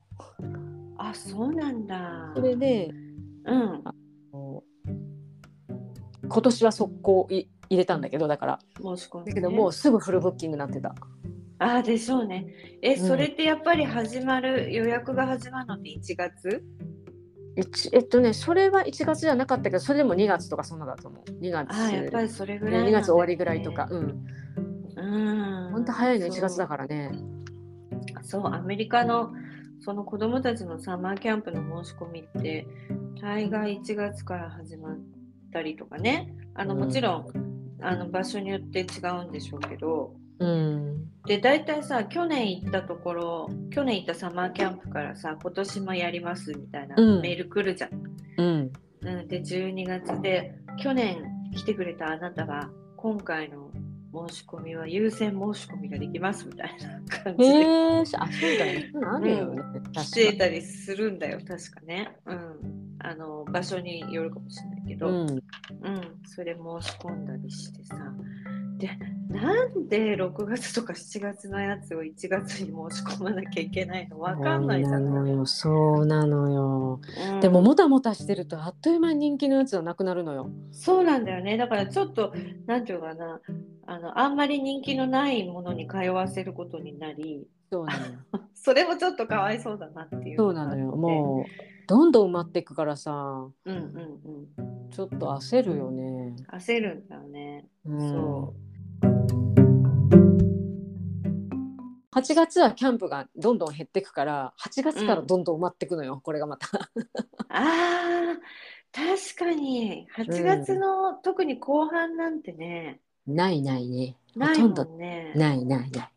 Speaker 2: あ、そうなんだ。
Speaker 3: それで
Speaker 2: うん。
Speaker 3: こう今年は速攻い入れたんだけどだから
Speaker 2: 申し込んで、ね。
Speaker 3: だけどもうすぐフルブッキングになってた。
Speaker 2: あーでしょうね。え、
Speaker 3: うん
Speaker 2: それってやっぱり始まる予約が始まるのって1月？
Speaker 3: 一えっとねそれは1月じゃなかったけどそれでも2月とかそんなだと思う2月
Speaker 2: あーやっぱりそれぐらい、
Speaker 3: 2月終わりぐらいとか。うん
Speaker 2: うん。
Speaker 3: 本当早いの
Speaker 2: そう
Speaker 3: 1月だからね
Speaker 2: そうアメリカのその子供たちのサマーキャンプの申し込みって大概1月から始まったりとかねあの
Speaker 3: うん
Speaker 2: もちろん、あの場所によって違うんでしょうけど
Speaker 3: うん
Speaker 2: で大体さ去年行ったところ去年行ったサマーキャンプからさ今年もやりますみたいな
Speaker 3: うん
Speaker 2: メール来るじゃん。
Speaker 3: うん
Speaker 2: うん、で12月で去年来てくれたあなたは今回の申し込みは優先申し込みができますみたいな感じで
Speaker 3: へえしあそうだよねあるよね、確か
Speaker 2: 来てたりするんだよ確かね、うん、あの場所によるかもしれないけど、うん
Speaker 3: うん
Speaker 2: それ申し込んだりしてさでなんで6月とか7月のやつを1月に申し込まなきゃいけないのわかんないじゃ
Speaker 3: そう
Speaker 2: な
Speaker 3: なの
Speaker 2: い、
Speaker 3: よそうなのよ、
Speaker 2: うん
Speaker 3: でももたもたしてるとあっという間に人気のやつはなくなるのよ
Speaker 2: そうなんだよね。だからちょっと、なんていうかな、あの、あんまり人気のないものに通わせることになり、
Speaker 3: そうなの よ
Speaker 2: それもちょっとかわいそうだなっていう。
Speaker 3: そうなのよもうどんどん埋まっていくからさ
Speaker 2: う。うんうんうん。
Speaker 3: ちょっと焦るよね、
Speaker 2: 焦るんだよね。
Speaker 3: うん、
Speaker 2: そう
Speaker 3: 8月はキャンプがどんどん減ってくから8月からどんどん埋まってくのよ、これがまた
Speaker 2: ああ、確かに、8月の、特に後半なんてね、
Speaker 3: ないないねほ
Speaker 2: ない
Speaker 3: とん
Speaker 2: も
Speaker 3: ど
Speaker 2: んね。
Speaker 3: ないないない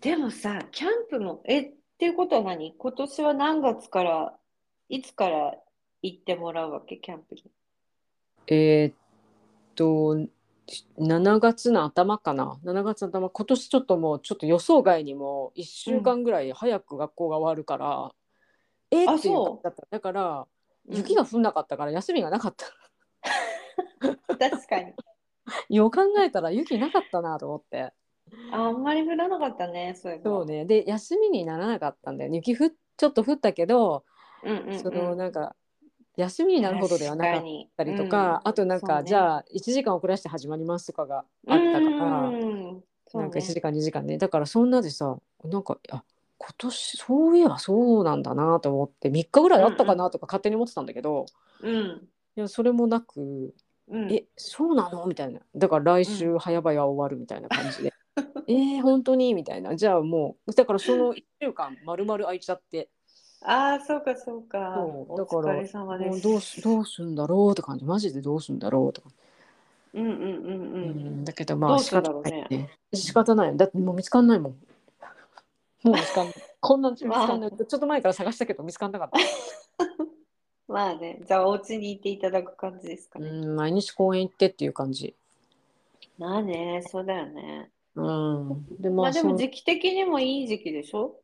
Speaker 2: でもさ、キャンプも、え、っていうことは何今年は何月から、いつから行ってもらうわけキャンプに。
Speaker 3: えーっと7月の頭かな7月の頭今年ちょっともうちょっと予想外にも1週間ぐらい早く学校が終わるから、えー
Speaker 2: あ
Speaker 3: っていう
Speaker 2: そう
Speaker 3: 感じだっただから
Speaker 2: うん
Speaker 3: 雪が降んなかったから休みがなかった、
Speaker 2: 確かに。
Speaker 3: よう考えたら雪なかったなと思って
Speaker 2: ああんまり降らなかったね、そういえば
Speaker 3: そう。ねで休みにならなかったんだよね雪ふちょっと降ったけど、
Speaker 2: うんうんうん、
Speaker 3: そのなんか休みになるほどではなかったりとかあとなんか、じ
Speaker 2: あ
Speaker 3: ゃあ1時間遅らせて始まりますとかがあったから。
Speaker 2: そうね、
Speaker 3: なんか1時
Speaker 2: 間
Speaker 3: 間2時間ねだからそんなでさなんかあ今年そういえばそうなんだなと思って3日ぐらいあったかなとか勝手に思ってたんだけど、
Speaker 2: うん
Speaker 3: いやそれもなく
Speaker 2: うん、
Speaker 3: えそうなのみたいなだから来週早々終わるみたいな感じで、 えー、本当にみたいなじゃあもうだからその1週間丸々空いちゃって
Speaker 2: ああそうかそうか
Speaker 3: そう
Speaker 2: お
Speaker 3: だから
Speaker 2: 疲れ様で
Speaker 3: もう
Speaker 2: す
Speaker 3: どうすどうすんだろうって感じマジでどうすんだろうとか、
Speaker 2: うんうんうんう、
Speaker 3: うんん、だけどま
Speaker 2: ど
Speaker 3: あ
Speaker 2: う
Speaker 3: 仕
Speaker 2: すん
Speaker 3: 方
Speaker 2: だろう
Speaker 3: ない
Speaker 2: ね
Speaker 3: ね仕方ないだってもう見つかんないもんもう見つかんない こんな見つかんないちょっと前から探したけど見つかんなかった
Speaker 2: まあねじゃあお家にいていただく感じですか
Speaker 3: う
Speaker 2: ね、
Speaker 3: ん毎日公園行ってっていう感じ
Speaker 2: まあねそうだよね
Speaker 3: うんでま
Speaker 2: ま
Speaker 3: あ
Speaker 2: あでも
Speaker 3: そう
Speaker 2: 時期的にもいい時期でしょ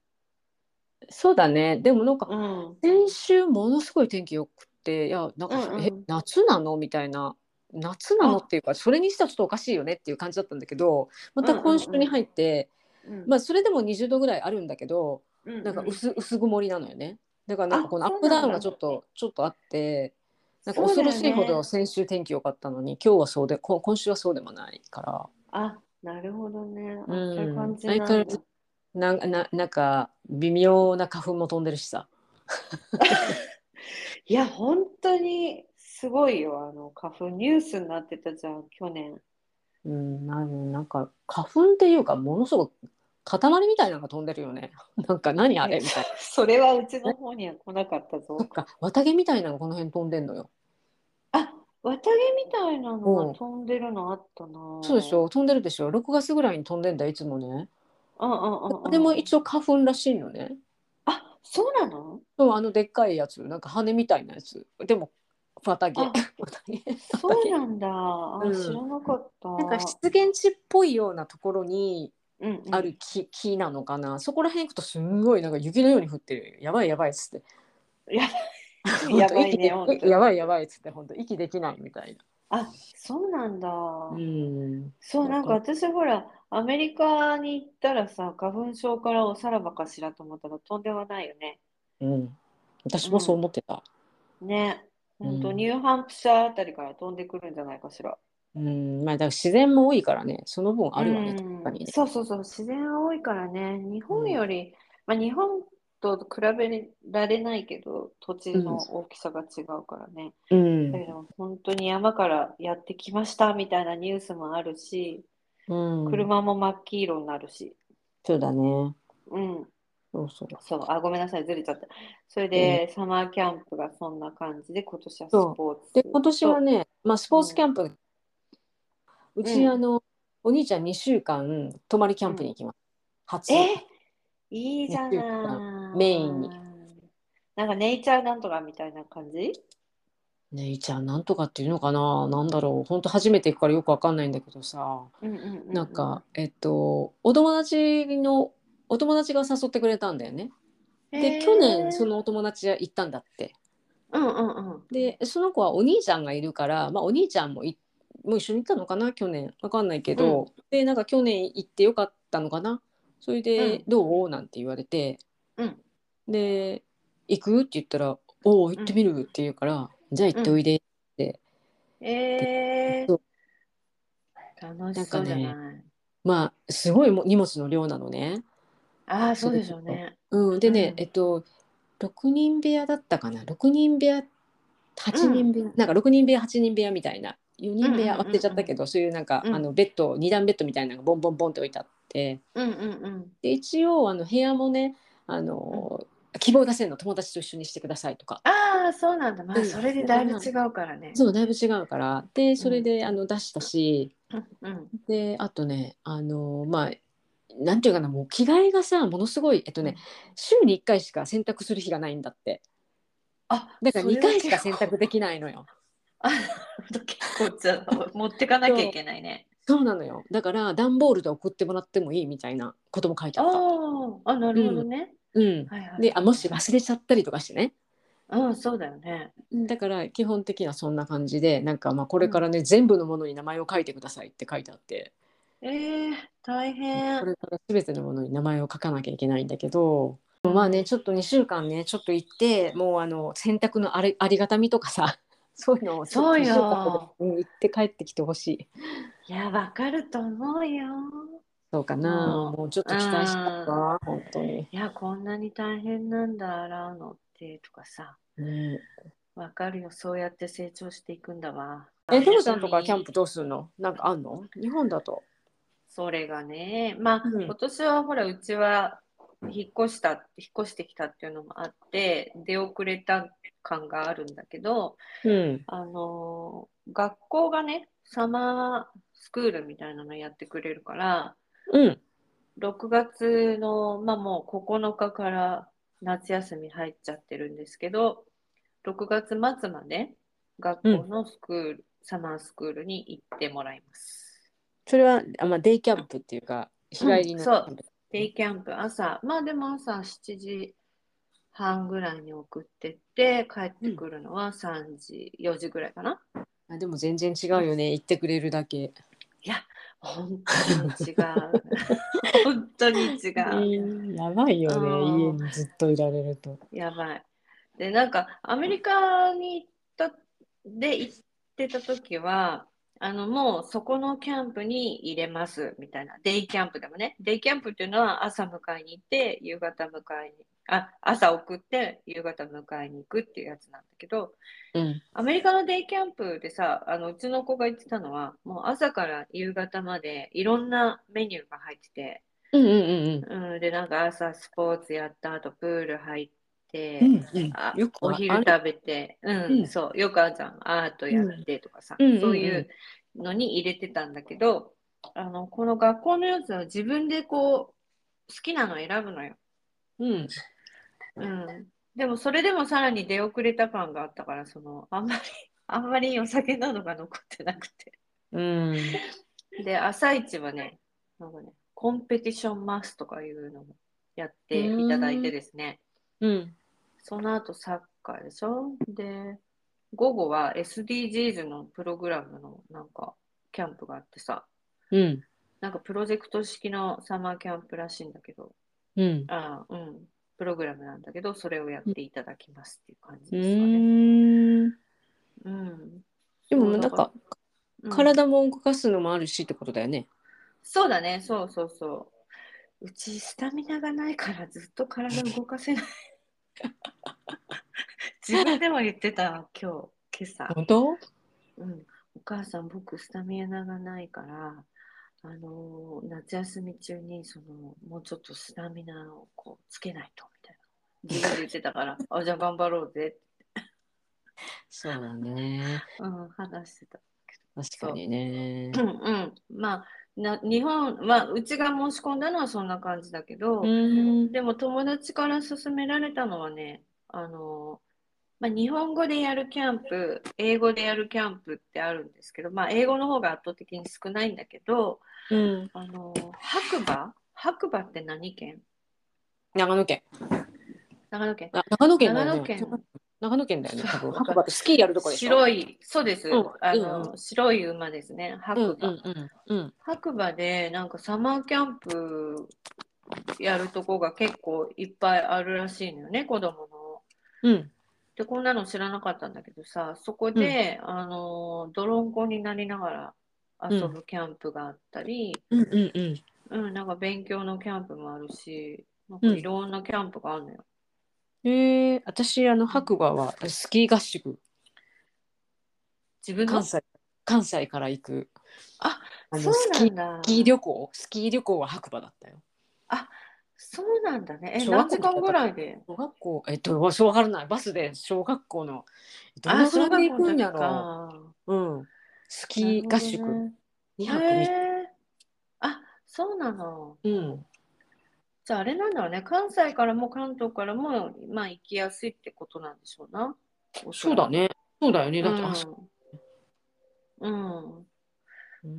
Speaker 3: そうだねでもなんか
Speaker 2: うんうん
Speaker 3: 先週ものすごい天気よくていやなんか、
Speaker 2: うんうん
Speaker 3: え夏なのみたいな夏なのっていうかそれにしたらちょっとおかしいよねっていう感じだったんだけどまた今週に入って、まあそれでも20度ぐらいあるんだけど
Speaker 2: うん
Speaker 3: なんか薄薄曇りなのよねだからなんかこのア
Speaker 2: あ
Speaker 3: ッ
Speaker 2: そ
Speaker 3: プ
Speaker 2: うなんだ
Speaker 3: ダウンがちょっとちょっとあってなんか
Speaker 2: そうだ
Speaker 3: 恐
Speaker 2: よね
Speaker 3: ろしいほど先週天気良かったのに今日はそうでこ今週はそうでもないから
Speaker 2: あなるほどね、あ
Speaker 3: うん
Speaker 2: そういう感じ
Speaker 3: 相変
Speaker 2: なん
Speaker 3: わら
Speaker 2: だ
Speaker 3: ずなんななんか微妙な花粉も飛んでるしさ
Speaker 2: いや、本当にすごいよ、あの花粉ニュースになってたじゃん、去年。
Speaker 3: うんなんなんか花粉っていうかものすごく塊みたいなのが飛んでるよね なんか何あれみたいな
Speaker 2: それはうちの方には来なかったぞ
Speaker 3: なん。か綿毛みたいなのこの辺飛んでんのよ
Speaker 2: あ、綿毛みたいなのが飛んでるのあったな。
Speaker 3: そうでし。ょ飛んでるでしょ6月ぐらいに飛んでんだいつもね
Speaker 2: うんうんうんうん。
Speaker 3: でも一応花粉らしいのね
Speaker 2: あ、そうなの
Speaker 3: そうあのでっかいやつなんか羽みたいなやつでも綿毛
Speaker 2: あ
Speaker 3: 綿毛
Speaker 2: そうなんだ。あ
Speaker 3: うん
Speaker 2: 知らなかった。
Speaker 3: なんか湿原地っぽいようなところに
Speaker 2: うんうん
Speaker 3: ある木,、木なのかなそこら辺行くとすんごいなんか雪のように降ってるやばいやばいっつって
Speaker 2: や
Speaker 3: 本当
Speaker 2: やばいね
Speaker 3: 息で
Speaker 2: 本当
Speaker 3: やばいやばいっつって本当息できないみたい
Speaker 2: あ、そうなんだ。
Speaker 3: なうん
Speaker 2: そう、なんか私ほら、アメリカに行ったらさ、花粉症からおさらばかしらと思ったらとんでもないよね。
Speaker 3: うん私もそう思ってた
Speaker 2: ね、
Speaker 3: うん
Speaker 2: 本当、ニューハンプシャーあたりから飛んでくるんじゃないかしら。
Speaker 3: うん、まあだから自然も多いからねその分あるわね、
Speaker 2: うん
Speaker 3: 確かにね
Speaker 2: そうそうそう、自然は多いからね、日本より、まあ、日本と比べられないけど、土地の大きさが違うからね。
Speaker 3: うん
Speaker 2: だけど、本当に山からやってきましたみたいなニュースもあるし、
Speaker 3: うん
Speaker 2: 車も真っ黄色になるし、
Speaker 3: そうだね
Speaker 2: うん、
Speaker 3: そうそう。
Speaker 2: そう、あ、ごめんなさい、ずれちゃった。それで、サマーキャンプがそんな感じで、今年はス
Speaker 3: そう
Speaker 2: ポーツ。
Speaker 3: で今年はね、まあ、スポーツキャンプ、う
Speaker 2: う
Speaker 3: ち、
Speaker 2: ん
Speaker 3: あのお兄ちゃん2週間泊まりキャンプに行きます、初
Speaker 2: えいいじゃない。
Speaker 3: メインに。
Speaker 2: なんかネイチャーなんとかみたいな感じ
Speaker 3: ねいちゃんなんとかっていうのかななんだろう本当初めて行くからよくわかんないんだけどさ、
Speaker 2: うんうんう
Speaker 3: なんかえっとお友達のお友達が誘ってくれたんだよねで去年そ
Speaker 2: の。
Speaker 3: のお友達が行ったんだって
Speaker 2: うんうんうん。
Speaker 3: でその子はお兄ちゃんがいるから、まあ、お兄ちゃんもいもう一緒に行ったのかな去年わかんないけど、でなんか去年行ってよかったのかなそれで
Speaker 2: うん
Speaker 3: 「どう?」なんて言われて、
Speaker 2: うん
Speaker 3: で「行く?」って言ったら「おお行ってみる」って言うから「じゃあ行っておいで」って、
Speaker 2: え
Speaker 3: そう
Speaker 2: ー、楽しそうじゃない。
Speaker 3: なんまあすごいも荷物の量なのね。
Speaker 2: ああ、そうでしょうね。
Speaker 3: うん、でね、
Speaker 2: うん
Speaker 3: えっと6人部屋だったかな6人部屋8人部屋、
Speaker 2: うん
Speaker 3: なんか6人部屋8人部屋みたいな4人部
Speaker 2: うんうんうん
Speaker 3: 屋
Speaker 2: うん
Speaker 3: 忘れちゃったけど、そういうなんか、
Speaker 2: うん
Speaker 3: あのベッド2段ベッドみたいなのがボンボンボンって置いてあって
Speaker 2: うんうん
Speaker 3: で一応あの部屋もねあの、希望出せるの友達と一緒にしてくださいとか
Speaker 2: うん。ああ、そうなんだ。ま
Speaker 3: う
Speaker 2: あ、
Speaker 3: ん
Speaker 2: それでだいぶ違うからね。
Speaker 3: そうだいぶ違うからでそれで、あの出したし
Speaker 2: うん。
Speaker 3: であとねあのまあなんていうかなもう着替えがさものすごいえっとね週に1回しか洗濯する日がないんだって
Speaker 2: あ、
Speaker 3: だから2回しか
Speaker 2: それ
Speaker 3: 洗
Speaker 2: は結構
Speaker 3: 濯できないのよ。
Speaker 2: あなるほど結構じゃあ持ってかなきゃいけないね。
Speaker 3: そうなのよ。だから段ボールで送ってもらってもいいみたいなことも書い て
Speaker 2: あ
Speaker 3: あった。
Speaker 2: ーあ、なるほどね。
Speaker 3: うん。
Speaker 2: はいはい、
Speaker 3: で、あもし忘れちゃったりとかしてね。
Speaker 2: うん、そうだよね。
Speaker 3: だから基本的にはそんな感じで、なんかまあこれからね、全部のものに名前を書いてくださいって書いてあって、
Speaker 2: えー、大
Speaker 3: こ
Speaker 2: 変。
Speaker 3: れから全てのものに名前を書かなきゃいけないんだけど、まあね、ちょっと2週間ね、ちょっと行って、もうあの洗濯のあれありがたみとかさ、 そういうのをちょっと一週間とかうん行って帰ってきてほしい。
Speaker 2: いや、わかると思うよ。
Speaker 3: そうかな、
Speaker 2: うん
Speaker 3: もうちょっと期待したわ、本当に。
Speaker 2: いや、こんなに大変なんだ、洗うのってとかさ。
Speaker 3: うん
Speaker 2: わかるよ、そうやって成長していくんだわ。
Speaker 3: え、ともちゃんとかキャンプどうするのなんかあんの日本だと。
Speaker 2: それがね、まあ、
Speaker 3: うん
Speaker 2: 今年はほら、うちは引っ越した、引っ越してきたっていうのもあって、出遅れた感があるんだけど、
Speaker 3: うん。
Speaker 2: あのー学校がね、サマースクールみたいなのやってくれるから、
Speaker 3: うん。
Speaker 2: 6月の、まあもう9日から夏休み入っちゃってるんですけど、6月末まで学校のスクール、サマースクールに行ってもらいます。
Speaker 3: それは、あまあ、デイキャンプっていうか、日帰りの。
Speaker 2: うんそうデイキャンプ朝、まあでも朝7時半ぐらいに送ってって、帰ってくるのは3時、4時ぐらいかな。
Speaker 3: あでも全然違うよね。行ってくれるだけ。
Speaker 2: 本当に違う。本当に違う。
Speaker 3: やばい
Speaker 2: よねうん
Speaker 3: にずっといられると。
Speaker 2: やばい。で、なんか、アメリカに行った、で、行ってた時は、あの、もうそこのキャンプに入れます、みたいな。デイキャンプでもね。デイキャンプっていうのは朝迎えに行って、夕方迎えに、あ、朝送って、夕方迎えに行くっていうやつなんだけど、
Speaker 3: うん。
Speaker 2: アメリカのデイキャンプでさ、あの、うちの子が言ってたのは、もう朝から夕方までいろんなメニューが入ってて、
Speaker 3: うんうんうん
Speaker 2: うん、で、なんか朝スポーツやった後、プール入って、
Speaker 3: うん。うん
Speaker 2: あ
Speaker 3: よく
Speaker 2: お
Speaker 3: わ
Speaker 2: 昼
Speaker 3: あれ
Speaker 2: 食べて、うん、
Speaker 3: うん
Speaker 2: そう、よくあるじゃん、アートやってとかさ、
Speaker 3: うん
Speaker 2: そういうのに入れてたんだけど、あの、この学校のやつは自分でこう、好きなの選ぶのよ。
Speaker 3: うん。
Speaker 2: うん。でも、それでもさらに出遅れた感があったから、その、あんまり、あんまりお酒などが残ってなくて。
Speaker 3: うん。
Speaker 2: で、朝一はね、なんかね、コンペティションマスとかいうのもやっていただいてですね、
Speaker 3: うん。
Speaker 2: その後サッカーでしょで、午後は SDGs のプログラムのなんかキャンプがあってさ、
Speaker 3: うん。
Speaker 2: なんかプロジェクト式のサマーキャンプらしいんだけど、
Speaker 3: うん。
Speaker 2: あーうん、プログラムなんだけど、それをやっていただきますっていう感じ
Speaker 3: う
Speaker 2: ですかね。
Speaker 3: ん。
Speaker 2: うん。
Speaker 3: でも、なんか、
Speaker 2: うん
Speaker 3: 体も動かすのもあるしってことだよね。
Speaker 2: そうだね、そうそうそう。うちスタミナがないからずっと体動かせない。自分でも言ってた、今日、今朝。
Speaker 3: 本当
Speaker 2: うん、お母さん僕スタミナがないからあのー夏休み中にそのもうちょっとスタミナをこうつけないとみたいな自分で言ってたからあじゃあ頑張ろうぜ、
Speaker 3: そうだね。
Speaker 2: うん、話してた。
Speaker 3: 確かにね。
Speaker 2: うんうん、まあな日本、まあ、うちが申し込んだのはそんな感じだけど、
Speaker 3: うん
Speaker 2: でも友達から勧められたのはね、あのまあ、日本語でやるキャンプ、英語でやるキャンプってあるんですけど、まあ、英語の方が圧倒的に少ないんだけど、
Speaker 3: うん。
Speaker 2: あの白馬白馬って何県
Speaker 3: 長野県。
Speaker 2: 長野県。
Speaker 3: あ長野県だ
Speaker 2: 長
Speaker 3: よ
Speaker 2: 野
Speaker 3: ね
Speaker 2: 県。。
Speaker 3: 長野県だよね。多分
Speaker 2: そう
Speaker 3: 白馬ってスキーやるとこでしょ。
Speaker 2: 白い、そうです。
Speaker 3: うん
Speaker 2: あ
Speaker 3: うん
Speaker 2: の白い馬ですね、
Speaker 3: うん
Speaker 2: 白
Speaker 3: うん
Speaker 2: 馬。
Speaker 3: うんうん。
Speaker 2: 白馬でなんかサマーキャンプやるとこが結構いっぱいあるらしいのよね子供の。
Speaker 3: うん。
Speaker 2: でこんなの知らなかったんだけどさそこで、あの泥んこになりながら遊ぶキャンプがあったり、
Speaker 3: うんうんうん。
Speaker 2: うんなんか勉強のキャンプもあるしなんかいろんなキャンプがあるのよ。
Speaker 3: えー、私あの白馬はスキー合宿
Speaker 2: 自分の
Speaker 3: 関西関西から行く
Speaker 2: あ
Speaker 3: あの
Speaker 2: そう
Speaker 3: ス
Speaker 2: な
Speaker 3: キー
Speaker 2: んだ
Speaker 3: スキー旅行スキー旅行は白馬だったよ
Speaker 2: そうなんだね。え
Speaker 3: 小
Speaker 2: 何
Speaker 3: 学校
Speaker 2: 時
Speaker 3: の時だった
Speaker 2: 間ぐらいで
Speaker 3: 小学校えっとわしわからないバスで小学校のどのぐらいで行くんやろう、うん、ス
Speaker 2: 小
Speaker 3: キ
Speaker 2: 学校の時か
Speaker 3: ー合宿、
Speaker 2: なるほどね
Speaker 3: 2泊
Speaker 2: へ
Speaker 3: 3日、
Speaker 2: えあそうなの。
Speaker 3: うん
Speaker 2: じゃああれなんだろうね、関西からも関東からも、まあ、行きやすいってことなんでしょうな。
Speaker 3: そうだ
Speaker 2: ね。
Speaker 3: ねそうだよね
Speaker 2: う
Speaker 3: だって、あそ
Speaker 2: んうん、
Speaker 3: う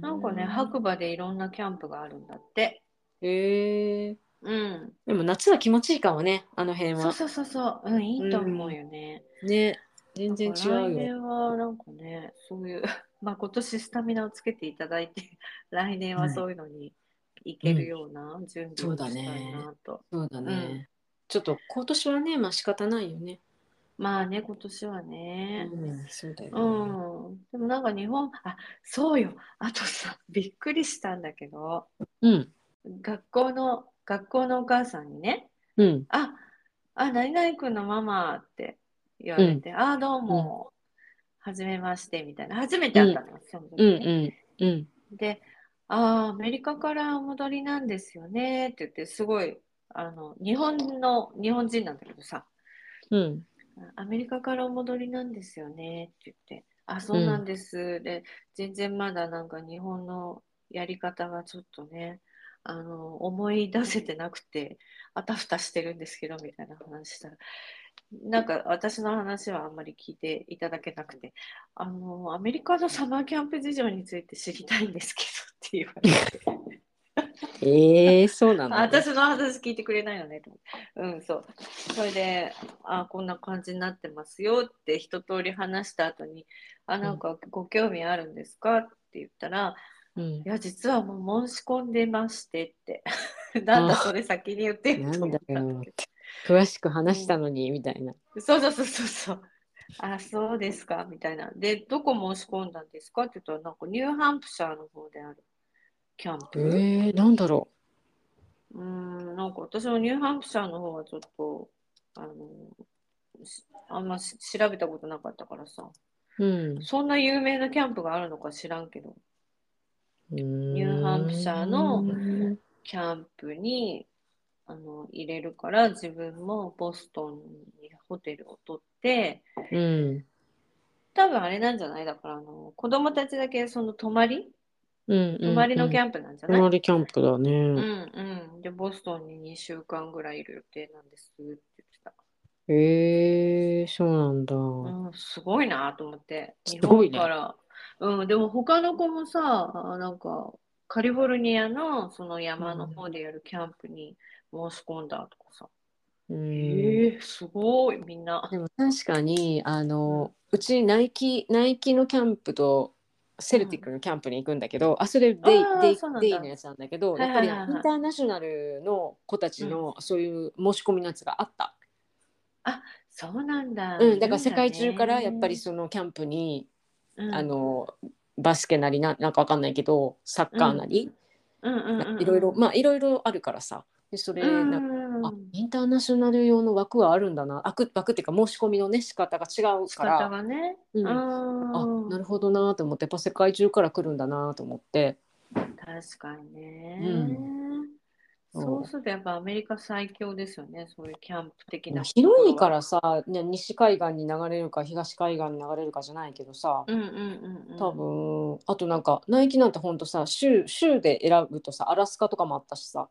Speaker 2: なんかね、白馬でいろんなキャンプがあるんだって。
Speaker 3: へえ
Speaker 2: うん、
Speaker 3: でも夏は気持ちいいかもねあの辺
Speaker 2: そう
Speaker 3: は
Speaker 2: そうそうそう、うん、いいと思うよね。
Speaker 3: ね全然違
Speaker 2: 来
Speaker 3: うよ
Speaker 2: 年はなんかね、そういう、 まあ今年スタミナをつけていただいて、来年はそういうのに行けるような準備をしたいなと。
Speaker 3: そうだね、
Speaker 2: うん
Speaker 3: ちょっと今年はねまあ仕方ないよね、
Speaker 2: まあね、今年はね。
Speaker 3: うん、そうだよね、
Speaker 2: うん、でもなんか日本、あ、そうよ。あとさ、びっくりしたんだけど、
Speaker 3: うん。
Speaker 2: 学校の、学校のお母さんにね、
Speaker 3: うん。
Speaker 2: あ、あ、何々くんのママって言われて、あ、どうも、はじめまして、みたいな。初めて会ったのよ、その時
Speaker 3: うん。
Speaker 2: ね。
Speaker 3: うん。うん。
Speaker 2: で、あー、アメリカからお戻りなんですよね、って言って、すごい、あの、日本の、日本人なんだけどさ、
Speaker 3: うん。
Speaker 2: アメリカからお戻りなんですよねって言って、あ、そうなんです。で、全然まだなんか日本のやり方がちょっとね、あの、思い出せてなくて、あたふたしてるんですけど、みたいな話したら、なんか私の話はあんまり聞いていただけなくて、あの、アメリカのサマーキャンプ事情について知りたいんですけどって言われて。
Speaker 3: ええそうな
Speaker 2: あ
Speaker 3: の、
Speaker 2: 私の話聞いてくれないのねと思ってうんそうそれであこんな感じになってますよって一通り話した後にあなんかご興味あるんですかって言ったら、
Speaker 3: うん
Speaker 2: い。や実はもう申し込んでましてって なんだそれ先に言ってると思った
Speaker 3: なん
Speaker 2: ん
Speaker 3: だ
Speaker 2: だ
Speaker 3: よ
Speaker 2: け
Speaker 3: 詳しく話したのに、みたいな。
Speaker 2: どそうそうそうそうそうあそうですかみたいなでどこ申し込んだんですかって言ったらなんかニューハンプシャーの方であるキャンプ、
Speaker 3: ええなんだろ
Speaker 2: うーん、なんか私もニューハンプシャーの方はちょっと、あの、しあんまし調べたことなかったからさ、
Speaker 3: う。うん。
Speaker 2: そんな有名なキャンプがあるのか知らんけど、
Speaker 3: ニ
Speaker 2: ューハンプシャーのキャンプに、あの、入れるから自分もボストンにホテルを取って、
Speaker 3: うん。
Speaker 2: 多分あれなんじゃないだから、あの、子供たちだけその泊まり
Speaker 3: うん。
Speaker 2: 泊まりのキ
Speaker 3: ン
Speaker 2: ャンプなんじゃ
Speaker 3: 泊
Speaker 2: な
Speaker 3: ま
Speaker 2: い
Speaker 3: りキャンプだね。
Speaker 2: うんうん。で、ボストンに2週間ぐらいいる予定なんですって言ってた。
Speaker 3: ええそうなんだ。
Speaker 2: うん、すごいなと思って、
Speaker 3: す
Speaker 2: 日
Speaker 3: ご
Speaker 2: 本
Speaker 3: いね
Speaker 2: から。うん、でも他の子もさ、あなんかカリフォルニアのその山の方でやるキャンプに申し込んだとかさ。
Speaker 3: うん。
Speaker 2: えー、すごい、みんな。
Speaker 3: でも確かにあのうちナイキナイキのキャンプとセルティックのキャンプに行くんだけど、あそれデイ
Speaker 2: あー
Speaker 3: デイ
Speaker 2: そうなんだ
Speaker 3: デイのやつなんだけど、
Speaker 2: はいはいはいはい
Speaker 3: やっぱりインターナショナルの子たちのそういう申し込みのやつがあった、
Speaker 2: そうなんだ。
Speaker 3: うんだから世界中からやっぱり
Speaker 2: そ
Speaker 3: そのキャンプに、
Speaker 2: うん
Speaker 3: あのバスケなりななんかわかんないけどサッカーなり、
Speaker 2: うんうんうんうん、
Speaker 3: いろいろまあいろいろあるからさでそれ
Speaker 2: う
Speaker 3: なん
Speaker 2: ん
Speaker 3: か
Speaker 2: うんうん、
Speaker 3: あインターナショナル用の枠はあるんだな枠枠っていうか申し込みのね仕方が違う
Speaker 2: 仕
Speaker 3: から
Speaker 2: 方。がね。
Speaker 3: うん
Speaker 2: あ
Speaker 3: あなるほどなと思ってやっぱ世界中から来るんだなと思って
Speaker 2: 確かにね、
Speaker 3: うん
Speaker 2: そうするとやっぱアメリカ最強ですよねそういうキャンプ的な
Speaker 3: 広いからさ、ね、西海岸に流れるか東海岸に流れるかじゃないけどさ
Speaker 2: うんうんうん、うん、
Speaker 3: 多分あとなんかナイキなんてほんとさ州州で選ぶとさアラスカとかもあったしさ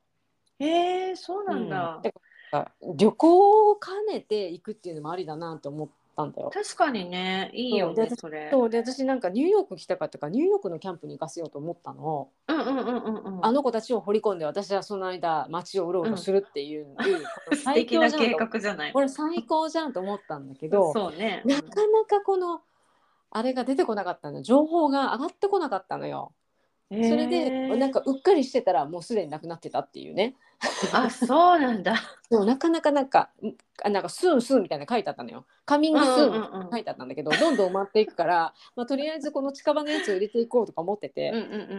Speaker 2: へえそうなんだ、
Speaker 3: うんだから旅行を兼ねて行くっていうのもありだなって思ったんだよ。
Speaker 2: 確かにねいいよ
Speaker 3: そう
Speaker 2: ね
Speaker 3: で
Speaker 2: それ
Speaker 3: そうで私なんかニューヨーク来たかったからニューヨークのキャンプに行かせようと思ったの、
Speaker 2: うんうんうんうんうん
Speaker 3: あの子たちを掘り込んで私はその間街をうろうろするっていう、いうこれ
Speaker 2: 素敵な
Speaker 3: 最強じゃん
Speaker 2: 計
Speaker 3: と
Speaker 2: 画じゃない
Speaker 3: これ最高じゃんと思ったんだけど
Speaker 2: そうね
Speaker 3: なかなかこのあれが出てこなかったの情報が上がってこなかったのよ。
Speaker 2: そ
Speaker 3: それでなんかうっかりしてたらもうすでになくなってたっていうね
Speaker 2: あそうなんだ
Speaker 3: そうなかなかなんかんあなんかスーンスーンみたいなの書いてあったのよカミングスーンみたいな書いてあったんだけど、どんどん埋まっていくから、まあ、とりあえずこの近場のやつを入れていこうとか思ってて、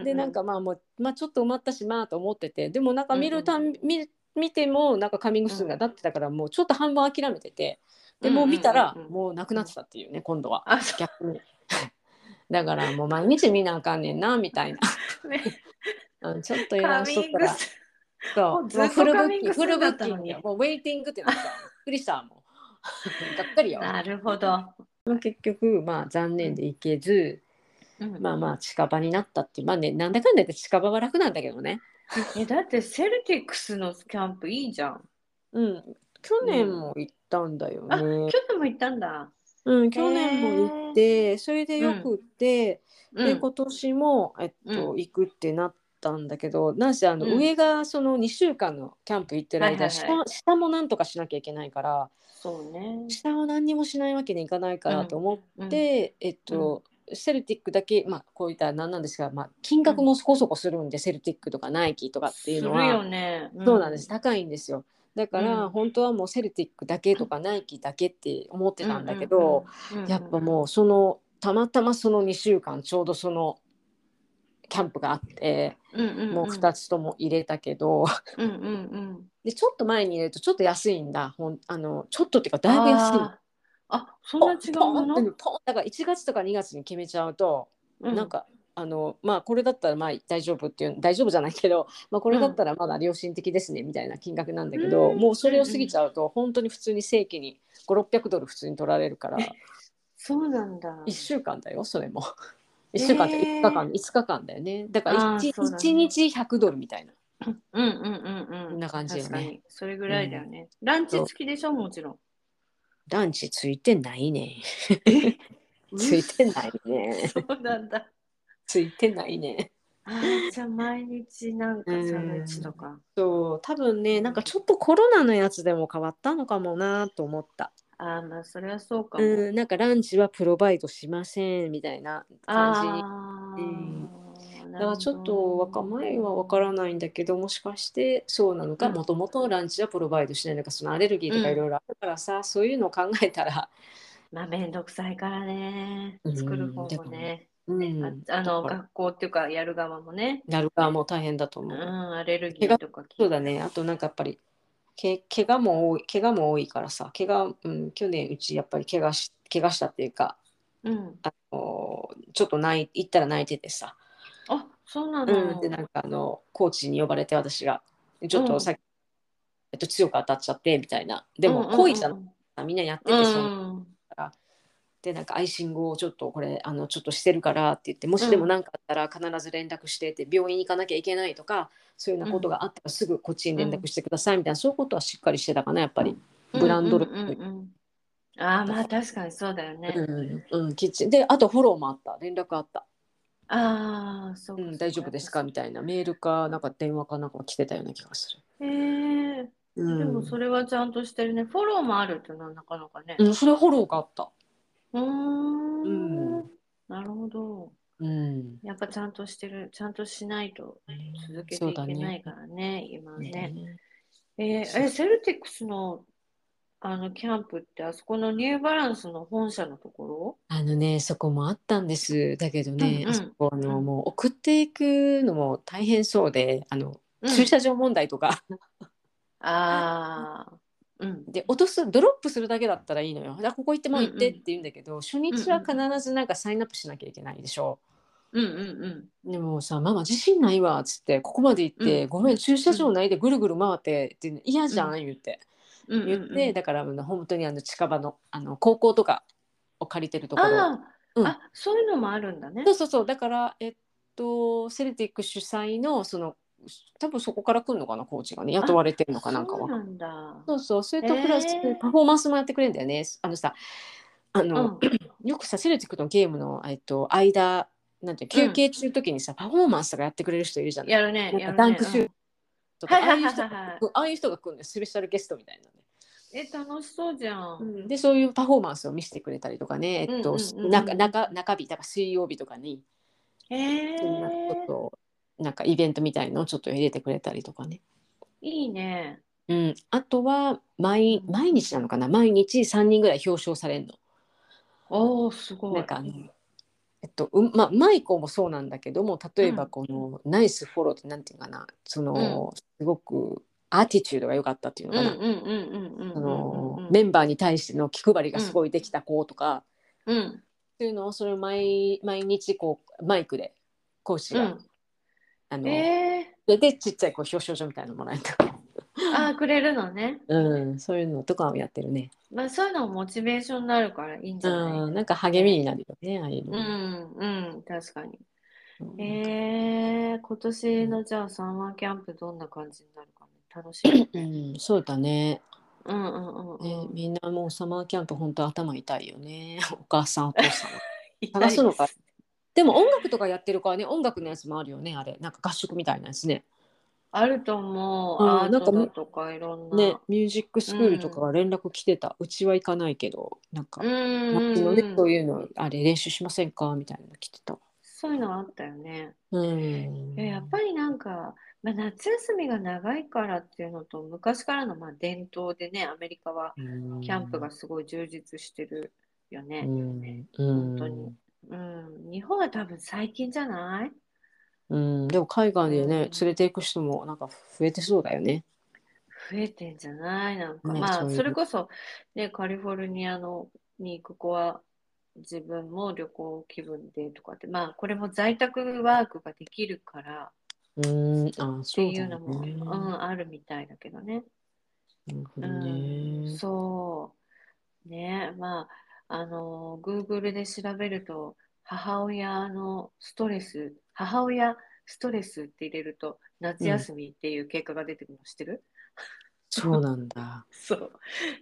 Speaker 3: でなんかまあもう、まあ、ちょっと埋まったしまあと思っててでもなんか見るたん、見る見てもなんかカミングスーンがなってたからもうちょっと半分諦めててでもう見たら
Speaker 2: うんうんうんうん
Speaker 3: もうなくなってたっていうね今度は
Speaker 2: あそ
Speaker 3: 逆に だからもう毎日見なあかんねんなみたいな
Speaker 2: うね
Speaker 3: うんちょっ
Speaker 2: カ
Speaker 3: と油断し
Speaker 2: ミ
Speaker 3: とっ
Speaker 2: ン
Speaker 3: た
Speaker 2: グ
Speaker 3: ら
Speaker 2: ス
Speaker 3: そう
Speaker 2: もうずっ
Speaker 3: も
Speaker 2: と
Speaker 3: うフルブ
Speaker 2: カミン
Speaker 3: ッキ
Speaker 2: グ
Speaker 3: ング
Speaker 2: ス
Speaker 3: フ
Speaker 2: ー
Speaker 3: ル
Speaker 2: ン
Speaker 3: ブ
Speaker 2: だっ
Speaker 3: ッ
Speaker 2: た
Speaker 3: キ
Speaker 2: の
Speaker 3: ング
Speaker 2: に
Speaker 3: よもうウェイティングってなったびっくりしたもうがっかり よ
Speaker 2: なるほど、
Speaker 3: まあ結局まあ残念でいけず
Speaker 2: うん
Speaker 3: まあまあ近場になったっていうまあねなんだかんだ言って近場は楽なんだけどね
Speaker 2: えだってセルティックスのキャンプいいじゃん
Speaker 3: うん去年も行ったんだよね、
Speaker 2: あ去年も行ったんだ、
Speaker 3: うん、去年も行ってそれでよくって、
Speaker 2: うん、
Speaker 3: で今年も、えっと
Speaker 2: うん
Speaker 3: 行くってなったんだけどなんせあの、
Speaker 2: うん
Speaker 3: 上がその2週間のキャンプ行ってる間、
Speaker 2: はいはいはい
Speaker 3: 下下もなんとかしなきゃいけないから
Speaker 2: そうね
Speaker 3: 下を何にもしないわけにいかないからと思って、
Speaker 2: うんうん
Speaker 3: えっと、セルティックだけ、まあ、こういったら何なんですが、まあ、金額もそこそこするんで、セルティックとかナイキとかっていうのは。
Speaker 2: するよね、
Speaker 3: そうなんです高いんですよだから、
Speaker 2: うん
Speaker 3: 本当はもうセルティックだけとかナイキだけって思ってたんだけど、
Speaker 2: うんうんうん
Speaker 3: やっぱもうそのたまたまその2週間ちょうどそのキャンプがあって
Speaker 2: うんうんうん、
Speaker 3: もう2つとも入れたけど、
Speaker 2: うんうんうん
Speaker 3: でちょっと前に入れるとちょっと安いんだほんあのちょっとっていうかだいぶ安いの
Speaker 2: あーあそんな違う
Speaker 3: ポ
Speaker 2: も
Speaker 3: ン
Speaker 2: の
Speaker 3: ポンってポンだから1月とか2月に決めちゃうと、
Speaker 2: う
Speaker 3: なんかあのまあこれだったらまあ大丈夫っていう大丈夫じゃないけど、まあ、これだったらまだ良心的ですねみたいな金額なんだけど、
Speaker 2: うん
Speaker 3: もうそれを過ぎちゃうと本当に普通に正規に5600ドル普通に取られるから。
Speaker 2: そうなんだ
Speaker 3: 一週間だよそれも一週間って
Speaker 2: えー
Speaker 3: 5日間、五日間だよねだか
Speaker 2: あ
Speaker 3: ら
Speaker 2: ー
Speaker 3: 一
Speaker 2: そうだね
Speaker 3: 一日100ドルみたいな
Speaker 2: うんうんうん
Speaker 3: こ
Speaker 2: うん
Speaker 3: んな感じよ
Speaker 2: 確か
Speaker 3: ね
Speaker 2: にそれぐらいだよね、ランチ付きでしょもちろん
Speaker 3: ランチついてないねついてないね
Speaker 2: そうなんだ
Speaker 3: ついてないね
Speaker 2: あーじゃあ毎日なんかサ
Speaker 3: うん
Speaker 2: ンドイッチとか、
Speaker 3: そう多分ねなんかちょっとコロナのやつでも変わったのかもなと思った
Speaker 2: ああまあそれはそうかも、
Speaker 3: うんなんかランチはプロバイドしませんみたいな感じ
Speaker 2: ああ、
Speaker 3: う
Speaker 2: なるほ
Speaker 3: だから
Speaker 2: ど
Speaker 3: ちょっと若前は分からないんだけどもしかしてそうなのか
Speaker 2: うん
Speaker 3: もともとランチはプロバイドしないのかそのアレルギーとかいろいろあるからさ、そういうのを考えたら
Speaker 2: まあ面倒くさいからね
Speaker 3: うん
Speaker 2: 作る方もね、
Speaker 3: うん、
Speaker 2: ああの
Speaker 3: だから
Speaker 2: 学校っていうかやる側もね、
Speaker 3: なる側も大変だと
Speaker 2: う
Speaker 3: 思
Speaker 2: ん、
Speaker 3: う。
Speaker 2: アレルギーとか聞いて
Speaker 3: そうだね。あとなんかやっぱりけ怪我も多い怪我も多いからさ、怪我うん去年うちやっぱり怪我し怪我したっていうか、
Speaker 2: うん、
Speaker 3: あのーちょっと泣い行ったら泣いててさ、
Speaker 2: あそうな
Speaker 3: う
Speaker 2: の、
Speaker 3: んでなんかあのコーチに呼ばれて私がちょっ
Speaker 2: う
Speaker 3: と
Speaker 2: ん
Speaker 3: さっき、えっと強く当たっちゃってみたいな。でも行為じゃなみんなやってて
Speaker 2: うんうん
Speaker 3: そうの
Speaker 2: ん
Speaker 3: でなんかアイシングをちょっとこれあのちょっとしてるからって言っても
Speaker 2: う
Speaker 3: し
Speaker 2: ん
Speaker 3: でも何かあったら必ず連絡してって病院行かなきゃいけないとかそういうようなことがあったらすぐこっちに連絡してくださいみたいな、そういうことはしっかりしてたかなやっぱり、ブランド
Speaker 2: うん
Speaker 3: 力
Speaker 2: うんうんうん、ああまあ確かにそうだよね、
Speaker 3: うんうん、キッチンであとフォローもあった連絡あった、
Speaker 2: ああそう
Speaker 3: う
Speaker 2: か、
Speaker 3: ん、大丈夫ですかみ
Speaker 2: い
Speaker 3: たいなメールかなんか電話かなんか来てたような気がす
Speaker 2: なへえ
Speaker 3: る、う
Speaker 2: で
Speaker 3: ん、
Speaker 2: もそれはちゃんとしてるねフォローもあるってななかなかね
Speaker 3: うん、それフォローがあった、
Speaker 2: うーん
Speaker 3: うん
Speaker 2: なるほど
Speaker 3: うん、
Speaker 2: やっぱちゃんとしてるちゃんとしないと続けていけないからね今ねえーえセルティックスのあのキャンプってあそこのニューバランスの本社のところ
Speaker 3: あのね、そこもあったんです。だけど
Speaker 2: うん
Speaker 3: ね、
Speaker 2: うん
Speaker 3: あそこあの、
Speaker 2: うん
Speaker 3: もう送っていくのも大変そうで、あの、
Speaker 2: うん
Speaker 3: 駐車場問題とか、
Speaker 2: ああうん
Speaker 3: で、落とす、ドロップするだけだったらいいのよ。だからここ行ってもう行っ
Speaker 2: うんうん
Speaker 3: てって言うんだけど、初日は必ずなんかサインアップしなきゃいけないでしょ。
Speaker 2: うんうん
Speaker 3: でもさママ自信ないわっつってここまで行って、
Speaker 2: うん
Speaker 3: ごめん駐車場ないでぐるぐる回ってって言うの嫌じゃん、
Speaker 2: う
Speaker 3: 言って
Speaker 2: うんうん
Speaker 3: 言って、
Speaker 2: うん
Speaker 3: だからあの本当にあの近場のあの高校とかを借りてるところ
Speaker 2: あー、
Speaker 3: うん
Speaker 2: あそういうのもあるんだね
Speaker 3: そうそうそうだからえっとセルティック主催のその多分そこから来るのかなコーチがね雇われてるのかなんか
Speaker 2: そう
Speaker 3: は
Speaker 2: なんだ
Speaker 3: そうそうそれとプラス、
Speaker 2: へー
Speaker 3: パフォーマンスもやってくれるんだよねあのさあ
Speaker 2: う
Speaker 3: の、
Speaker 2: ん
Speaker 3: よくさセルティックのゲームの、えっと、間なんていう
Speaker 2: うん
Speaker 3: 休憩中の時にさ、パフォーマンスとかやってくれる人いるじゃない
Speaker 2: やるね
Speaker 3: なん
Speaker 2: やる
Speaker 3: か
Speaker 2: ね
Speaker 3: ダンクシュートとか、
Speaker 2: うん
Speaker 3: ああいう人が
Speaker 2: はいはいはいはい
Speaker 3: ああいう人が来るのよスペシャルゲストみたいなね、
Speaker 2: うん え楽しそうじゃん
Speaker 3: でそういうパフォーマンスを見せてくれたりとかね、えっと
Speaker 2: うんうんうんうん
Speaker 3: 中中中日だから水曜日とかに
Speaker 2: へえ
Speaker 3: そんなちょっとなんかイベントみたいのをちょっと入れてくれたりとかね、
Speaker 2: いいね
Speaker 3: うん、あとは毎毎日なのかな毎日3人ぐらい表彰されるの。
Speaker 2: おおすごい
Speaker 3: なんかあのえっとうまあ、うまい子もそうなんだけども例えば
Speaker 2: うん
Speaker 3: この、ナイスフォローってなんていうのかなその、すごくアティチュードが良かったっていう
Speaker 2: う
Speaker 3: の
Speaker 2: んう
Speaker 3: か
Speaker 2: ん
Speaker 3: な、
Speaker 2: うんうんうんうん
Speaker 3: その
Speaker 2: うん
Speaker 3: メンバーに対しての気配りがすごいできた子とか、
Speaker 2: うん
Speaker 3: っていうのをそれを毎毎日こうマイクで講師
Speaker 2: う
Speaker 3: が、
Speaker 2: ん
Speaker 3: あの
Speaker 2: え
Speaker 3: ででちっちゃいこう表彰状みたいなのもらえた、
Speaker 2: ーあーくれるのね
Speaker 3: うん、そういうのとかをやってるね、
Speaker 2: まあそういうのもモチベーションになるからいいんじ
Speaker 3: う
Speaker 2: ゃない
Speaker 3: ん、なんか励みになるよねああいう
Speaker 2: う
Speaker 3: の、
Speaker 2: んうん確かに
Speaker 3: うん
Speaker 2: えー、今年のじゃあサンマーキャンプどんな感じになるかね楽し み
Speaker 3: うん、そうだね
Speaker 2: うんうんうんう
Speaker 3: ね
Speaker 2: ん、
Speaker 3: みんなもうサマーキャンプ本当頭痛いよね お母さんお父さんは
Speaker 2: 痛い
Speaker 3: 探すのかでも音楽とかやってるからね音楽のやつもあるよねあれなんか合宿みたいなやつね
Speaker 2: あると思う、
Speaker 3: うん
Speaker 2: アート
Speaker 3: なん
Speaker 2: だ
Speaker 3: か
Speaker 2: とかいろんな
Speaker 3: ねミュージックスクールとかは連絡来てた、うちは行かないけどなんか
Speaker 2: うんうん
Speaker 3: 街の
Speaker 2: う
Speaker 3: ね
Speaker 2: ん
Speaker 3: そういうのあれ練習しませんかみたいなの来てた
Speaker 2: そういうのあったよね
Speaker 3: う
Speaker 2: い
Speaker 3: ん
Speaker 2: ややっぱりなんか、まあ、夏休みが長いからっていうのと昔からのまあ伝統でねアメリカは
Speaker 3: り
Speaker 2: キャンプがすごい充実してるよね、
Speaker 3: うん、
Speaker 2: 本当にうん、日本は多分最近じゃない
Speaker 3: うん、でも海外で
Speaker 2: う
Speaker 3: ね、
Speaker 2: ん
Speaker 3: 連れていく人もなんか増えてそうだよね。
Speaker 2: 増えてんじゃないなんか、
Speaker 3: ね
Speaker 2: ま
Speaker 3: そ
Speaker 2: あ
Speaker 3: ういう
Speaker 2: それこそ、ね、カリフォルニアのに行く子は自分も旅行気分でとかってまあこれも在宅ワークができるから
Speaker 3: うん、あ、
Speaker 2: っ
Speaker 3: そ
Speaker 2: て
Speaker 3: う
Speaker 2: い
Speaker 3: だ
Speaker 2: う
Speaker 3: よ
Speaker 2: のも
Speaker 3: ね。
Speaker 2: うん、あるみたいだけどね。
Speaker 3: なるほ
Speaker 2: う
Speaker 3: ど
Speaker 2: ん、
Speaker 3: ね。
Speaker 2: そうねまああの Google で調べると母親のストレス母親ストレスって入れると夏休みっていう結果が出てくるの知ってる、
Speaker 3: そうなんだ。
Speaker 2: そう。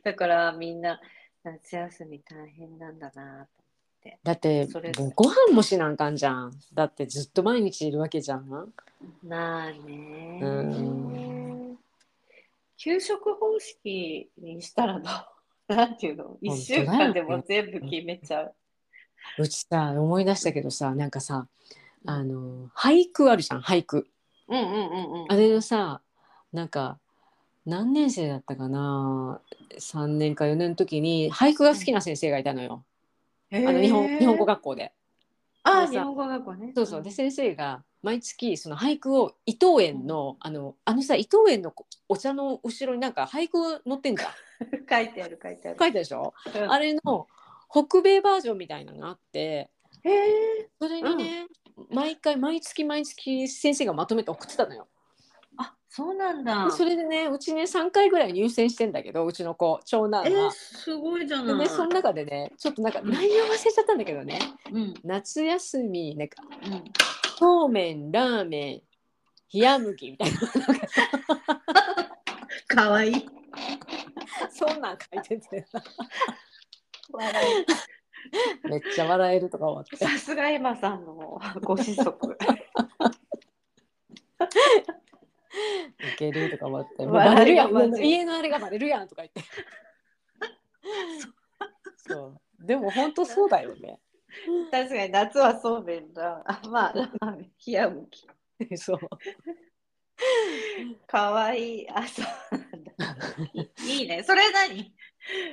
Speaker 2: だからみんな夏休み大変なんだなと。
Speaker 3: だって
Speaker 2: それ
Speaker 3: もうご飯もしなんかんじゃん。だってずっと毎日いるわけじゃん。
Speaker 2: まあね
Speaker 3: う。
Speaker 2: 給食方式にしたらどう なんていうの
Speaker 3: よね
Speaker 2: ?1 週間でも全部決めちゃう。
Speaker 3: うちさ思い出したけどさなんかさあの俳句あるじゃん俳句。
Speaker 2: うんうんうんうん。
Speaker 3: あれのさなんか何年生だったかな3年か4年の時に俳句が好きな先生がいたのよ。あの日本日本語
Speaker 2: 学校。
Speaker 3: 学校で。
Speaker 2: あ
Speaker 3: で
Speaker 2: あ、
Speaker 3: さ
Speaker 2: 日本語学校ね。
Speaker 3: そうそうで先生が毎月その俳句を伊藤園のあのあのさ伊藤園のお茶の後ろになんか俳句載ってんじゃん。
Speaker 2: 書いてある書いてある。
Speaker 3: 書いたでしょ
Speaker 2: うん
Speaker 3: あれの北米バージョンみたいなのがあって
Speaker 2: へえ。
Speaker 3: それにね、毎回毎月毎月先生がまとめて送ってたのよ。
Speaker 2: あそうなんだ
Speaker 3: で。それでねうちね3回ぐらい入選してんだけどうちの子長男は。
Speaker 2: えー、すごいじゃ
Speaker 3: で
Speaker 2: な
Speaker 3: ね
Speaker 2: い。
Speaker 3: その中でねちょっとなんか
Speaker 2: うん
Speaker 3: 内容忘れちゃったんだけどね
Speaker 2: うんうん。
Speaker 3: 夏休みなんかそうめんラーメン冷麦みたいな
Speaker 2: かわいい。
Speaker 3: そんなん書いててめっちゃ笑えるとか思って
Speaker 2: さすがエマさんのご子息。
Speaker 3: いけるとか思ってもうバレ
Speaker 2: 笑
Speaker 3: る
Speaker 2: い
Speaker 3: や
Speaker 2: が
Speaker 3: ん家
Speaker 2: ま
Speaker 3: の
Speaker 2: ずい
Speaker 3: 家のあれがバレるやんとか言ってそうでも本当そうだよね
Speaker 2: 確かに夏はそうめんだ。あまあ、ラーメン冷やむき。
Speaker 3: そう
Speaker 2: かわいい。あ、そうなんだ。いいね。 それ何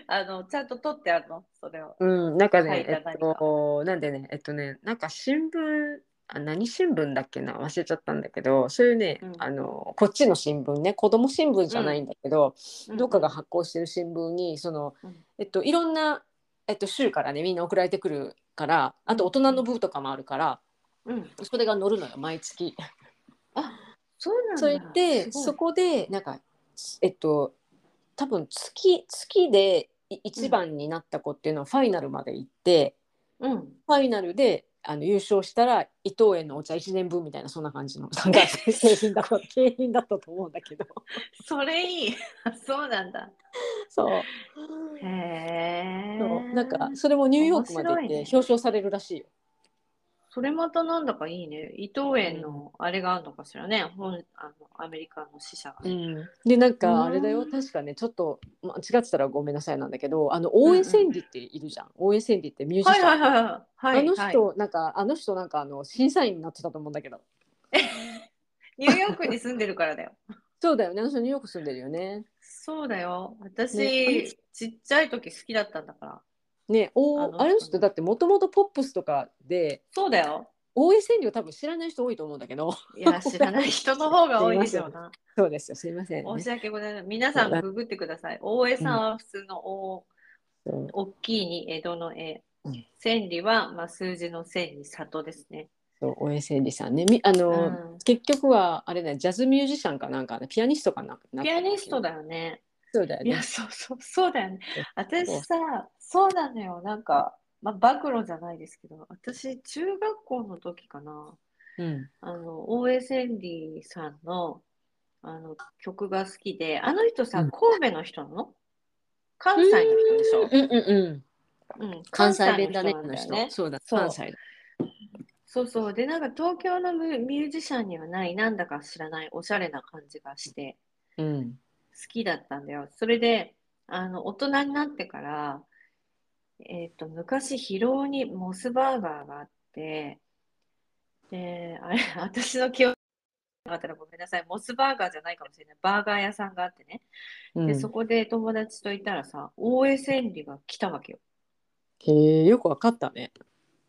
Speaker 2: あの、ちゃんと取ってあるのそれを。
Speaker 3: うんなん
Speaker 2: 書
Speaker 3: かね
Speaker 2: いた
Speaker 3: えっとなんでねえっとねなんか新聞あ何新聞だっけな忘れちゃったんだけどそういうね、
Speaker 2: うん
Speaker 3: あのこっちの新聞ね子供新聞じゃないんだけど、どっかが発行してる新聞にその、
Speaker 2: うん
Speaker 3: えっと、いろんな、えっと、州からねみんな送られてくるからあと大人の部とかもあるから、
Speaker 2: うん。
Speaker 3: それが乗るのよ毎月。
Speaker 2: そうなんだ。
Speaker 3: それでそ
Speaker 2: そこ。
Speaker 3: こでなんかえっと多分月月で1番になった子っていうのはファイナルまで行って、
Speaker 2: うん。
Speaker 3: ファイナルであの優勝したら伊藤園のお茶1年分みたいなそんな感 じのなんか景品だった景品だったと思うんだけど
Speaker 2: それいい。あそうなんだ。
Speaker 3: そう
Speaker 2: へえ。
Speaker 3: そうなんかそれもニューヨークまで行っ
Speaker 2: 面白い
Speaker 3: て
Speaker 2: ね
Speaker 3: 表彰されるらしいよ。
Speaker 2: それまたなんだかいいね。伊藤園のあれがあるのかしらね。本あのアメリカの支社が。
Speaker 3: でなん
Speaker 2: うん
Speaker 3: かあれだよ確かねちょっと間違ってたらごめんなさいなんだけどあの大江千里っているじゃん、大江千里ってミュージシャン
Speaker 2: は、いはいはいはい。
Speaker 3: あの人、
Speaker 2: はい
Speaker 3: なんかあの人なんかあの審査員になってたと思うんだけど
Speaker 2: ニューヨークに住んでるからだよ。
Speaker 3: そうだよねあの人ニューヨーク住んでるよね
Speaker 2: そうだよ。私、
Speaker 3: ね
Speaker 2: ちっちゃい時好きだったんだから。
Speaker 3: ねお
Speaker 2: あ
Speaker 3: あ
Speaker 2: の人
Speaker 3: の人だってもともとポップスとかで
Speaker 2: そうだよ。
Speaker 3: 大江千里を多分知らない人多いと思うんだけど
Speaker 2: いや、知らない人の方が多いでしょうな。
Speaker 3: そうですよすいません、
Speaker 2: 申
Speaker 3: ね
Speaker 2: し、訳ございません。皆さんググってください。大江さんは普通の大、
Speaker 3: そう
Speaker 2: 大きいに江戸の江
Speaker 3: うん。
Speaker 2: 千里は、まあ、数字の千に里ですね。
Speaker 3: そう大江千里さんねみあ
Speaker 2: う
Speaker 3: の、
Speaker 2: ん、
Speaker 3: 結局はあれねジャズミュージシャンかなんかねピアニストかな
Speaker 2: ピアニスト
Speaker 3: だ
Speaker 2: だよね。
Speaker 3: そうだよ
Speaker 2: いや、
Speaker 3: ね
Speaker 2: そうそう、そうだよね
Speaker 3: そう。
Speaker 2: 私さ、そうなのよ。なんか、まあ、暴露じゃないですけど、私、中学校の時かな、
Speaker 3: うん
Speaker 2: あの、大江千里さんの、あの、曲が好きで、あの人さ、
Speaker 3: うん
Speaker 2: 神戸の人なの関西の人でしょ
Speaker 3: うんうんうん
Speaker 2: うん、
Speaker 3: 関西弁だね
Speaker 2: 関西の人なん
Speaker 3: あの人、
Speaker 2: だよね。
Speaker 3: そうだ
Speaker 2: そう
Speaker 3: 関西だ
Speaker 2: そうそう。で、なんか東京のミュミュージシャンにはない、なんだか知らない、おしゃれな感じがして、
Speaker 3: うん
Speaker 2: 好きだったんだよ。それで、あの、大人になってから、えっ、と、昔、広尾にモスバーガーがあって、で、あれ、 私の記憶がなかったらごめんなさい、モスバーガーじゃないかもしれない。バーガー屋さんがあってね。
Speaker 3: う
Speaker 2: で、
Speaker 3: ん
Speaker 2: そこで友達といたらさ、大江千里が来たわけよ。
Speaker 3: へえよくわかったね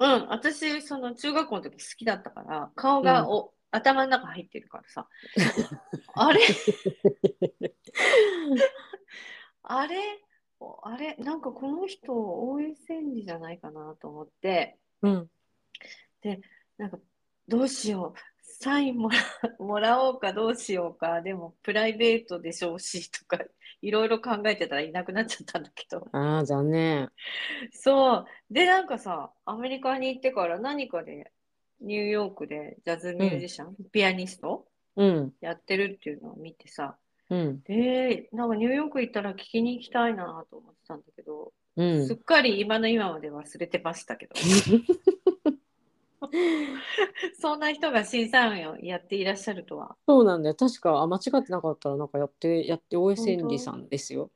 Speaker 2: うん、私、その中学校の時好きだったから、顔がお、頭の中入ってるからさ、 あれあれおあれなんかこの人、大江千里じゃないかなと思って、
Speaker 3: うん
Speaker 2: なんかどうしよう、サインもら もらおうかどうしようか、でもプライベートでしょうしとか、いろいろ考えてたらいなくなっちゃったんだけど。
Speaker 3: ああ残念
Speaker 2: そう。で、なんかさ、アメリカに行ってから何かで、ニューヨークでジャズミュージシャン、ピアニスト
Speaker 3: うん
Speaker 2: やってるっていうのを見てさ、
Speaker 3: うん
Speaker 2: えー、なんかニューヨーク行ったら聞きに行きたいなと思ってたんだけど、
Speaker 3: う
Speaker 2: すっ
Speaker 3: ん
Speaker 2: かり今の今まで忘れてましたけど、そんな人が審査員をやっていらっしゃるとは。
Speaker 3: そうなんだよ確かあ間違ってなかったらなんかやってやって大江千里さんですよ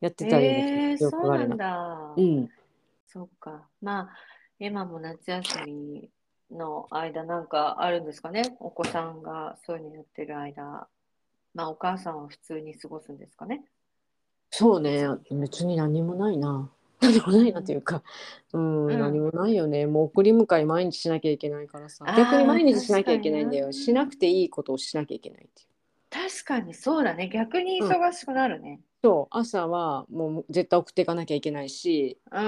Speaker 3: やってたよ
Speaker 2: え
Speaker 3: ね
Speaker 2: ー、そう
Speaker 3: あ
Speaker 2: な
Speaker 3: れ
Speaker 2: ん
Speaker 3: な
Speaker 2: だ。
Speaker 3: うん
Speaker 2: そっか。まあ、今も夏休みの間なんかあるんですかね。お子さんがそういうのやってる間。まあ、お母さんは普通に過ごすんですかね。
Speaker 3: そうね別に何もないな何もないなというかうん、
Speaker 2: うん
Speaker 3: 何もないよねもう送り迎え毎日しなきゃいけないからさ
Speaker 2: あー
Speaker 3: 逆に毎日しなきゃいけないん
Speaker 2: 確
Speaker 3: だ
Speaker 2: か
Speaker 3: よ
Speaker 2: にな
Speaker 3: しなくていいことをしなきゃいけないっていう
Speaker 2: 確かにそうだね。逆に忙しくなるね。
Speaker 3: そう朝はもう絶対送っていかなきゃいけないし、
Speaker 2: うー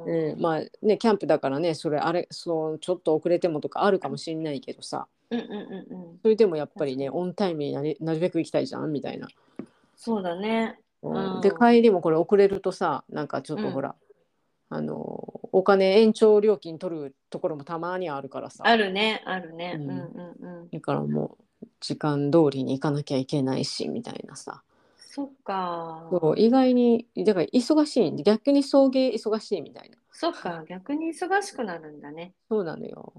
Speaker 2: ん。
Speaker 3: うん、まあねキャンプだからねそれあれそうちょっと遅れてもとかあるかもしれないけどさ
Speaker 2: うんうんうんうん。
Speaker 3: それでもやっぱりねオンタイムになりなるべく行きたいじゃんみたいな
Speaker 2: そうだね。うん
Speaker 3: で帰りもこれ遅れるとさなんかちょっとほら、あのお金延長料金取るところもたまにあるからさ
Speaker 2: あるね。あるね。う
Speaker 3: うん
Speaker 2: う
Speaker 3: ん
Speaker 2: んうん。
Speaker 3: だからもう時間通りに行かなきゃいけないしみたいなさ
Speaker 2: そっか。
Speaker 3: そう意外にだから忙しいんで逆に送迎忙しいみたいな
Speaker 2: そっか。逆に忙しくなるんだね。
Speaker 3: そうなのよ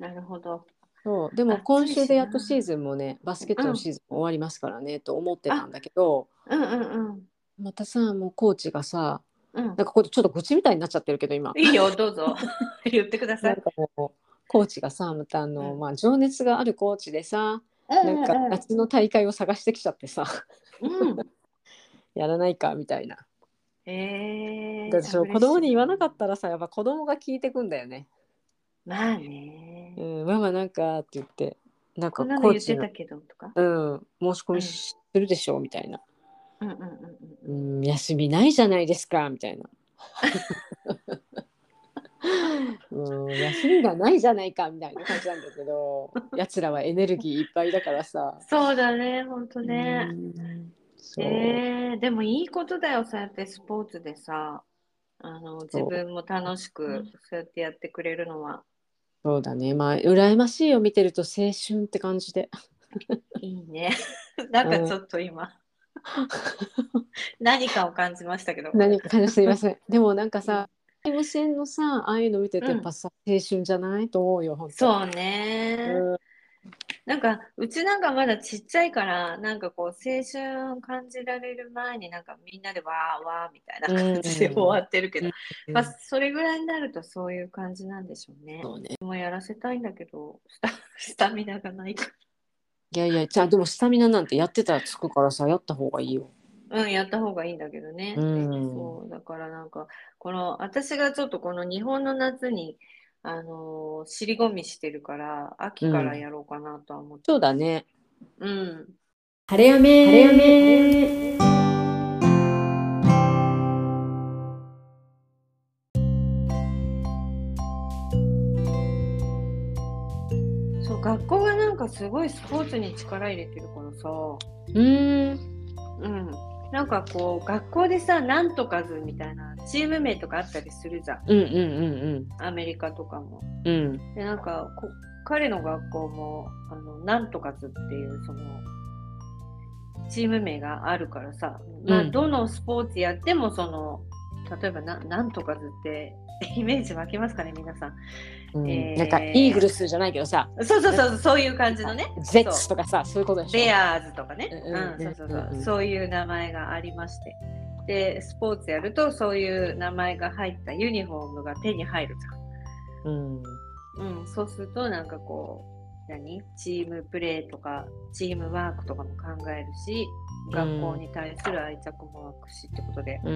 Speaker 2: なるほど。
Speaker 3: そうでも
Speaker 2: 暑いしな
Speaker 3: 今週でやっとシーズンもねバスケットのシーズンも終わりますからね、と思ってたんだけど
Speaker 2: うんうん
Speaker 3: またさもうコーチがさ
Speaker 2: うん。うん
Speaker 3: な。んかこれちょっと愚痴みたいになっちゃってるけど今
Speaker 2: いいよ、どう ぞ。言ってくださ
Speaker 3: なん
Speaker 2: い。
Speaker 3: かもうコーチがさまたあの、
Speaker 2: うん
Speaker 3: まあ、情熱があるコーチでさ
Speaker 2: な
Speaker 3: なんか夏の大会を探してきちゃってさ
Speaker 2: うん。
Speaker 3: やらないかみたいな
Speaker 2: ええ
Speaker 3: だってそう子供に言わなかったらさやっぱ子供が聞いてくんだよね
Speaker 2: た。まあ
Speaker 3: 「
Speaker 2: ね
Speaker 3: う。ん、ママなんか」って言ってなん
Speaker 2: こ
Speaker 3: か
Speaker 2: んな
Speaker 3: コ
Speaker 2: の
Speaker 3: ー
Speaker 2: 言っ
Speaker 3: チ
Speaker 2: て
Speaker 3: の
Speaker 2: た、けどとか。
Speaker 3: うん、申し込みするでしょうみたいな
Speaker 2: うんうんうん
Speaker 3: 「うん休みないじゃないですか」みたいなもう休みがないじゃないかみたいな感じなんだけどやつらはエネルギーいっぱいだからさ。
Speaker 2: そうだね、本当ね。
Speaker 3: うんそう、
Speaker 2: えーでもいいことだよ、そうやってスポーツでさ、あの自
Speaker 3: そう
Speaker 2: 分も楽し
Speaker 3: う
Speaker 2: く
Speaker 3: ん
Speaker 2: そうやってやってくれるのは
Speaker 3: そうだねまあ羨ましいよ見てると青春って感じで。
Speaker 2: いいね。 なんかちょっと今、 何かを感じましたけど。
Speaker 3: 何かすいま せん。でもなんかさ無線のさああいうの見ててやっぱさ、青春じゃないと思うよ本当
Speaker 2: そう
Speaker 3: う
Speaker 2: ね、
Speaker 3: ん
Speaker 2: なんかうちなんかまだちっちゃいからなんかこう青春を感じられる前になんかみんなでわーわーみたいな感じで
Speaker 3: うん
Speaker 2: 終わってるけど、
Speaker 3: うん
Speaker 2: まあ、それぐらいになるとそういう感じなんでしょうね。
Speaker 3: そうね。
Speaker 2: もうやらせたいんだけどスタ スタミナがないか
Speaker 3: いやいやじゃあでもスタミナなんてやってたらつくからさやった方がいいよ。
Speaker 2: ら、うん、やった方がいいんだけどね。
Speaker 3: うん
Speaker 2: そうだからなんかこの私がちょっとこの日本の夏にあのー尻込みしてるから秋からやろうかなとは思って、
Speaker 3: そうだね。
Speaker 2: うん
Speaker 3: 晴れ雨晴れ雨
Speaker 2: そう学校がなんかすごいスポーツに力入れてるからさ、
Speaker 3: うーん
Speaker 2: うん、なんかこう学校でさなんとかずみたいなチーム名とかあったりするじゃん
Speaker 3: うんうん
Speaker 2: アメリカとかも。
Speaker 3: うんうん
Speaker 2: でなんかこ彼の学校もあのなんとかずっていうそのチーム名があるからさ、まあ
Speaker 3: うん
Speaker 2: どのスポーツやってもその例えばななんとかずってイメージ湧きますかね皆さん
Speaker 3: うん、
Speaker 2: えー
Speaker 3: なんかイーグルスじゃないけどさ
Speaker 2: そうそうそうそういう感じのね
Speaker 3: ゼッツとかさそういうことでしょ
Speaker 2: ベアーズとかね、
Speaker 3: うんうん
Speaker 2: うん、そうそうそう、
Speaker 3: うんうん
Speaker 2: そういう名前がありましてでスポーツやるとそういう名前が入ったユニフォームが手に入るじゃん
Speaker 3: うん
Speaker 2: うん、そうするとなんかこう何チームプレーとかチームワークとかも考えるし学校に対する愛着も湧くしってことで、
Speaker 3: うん、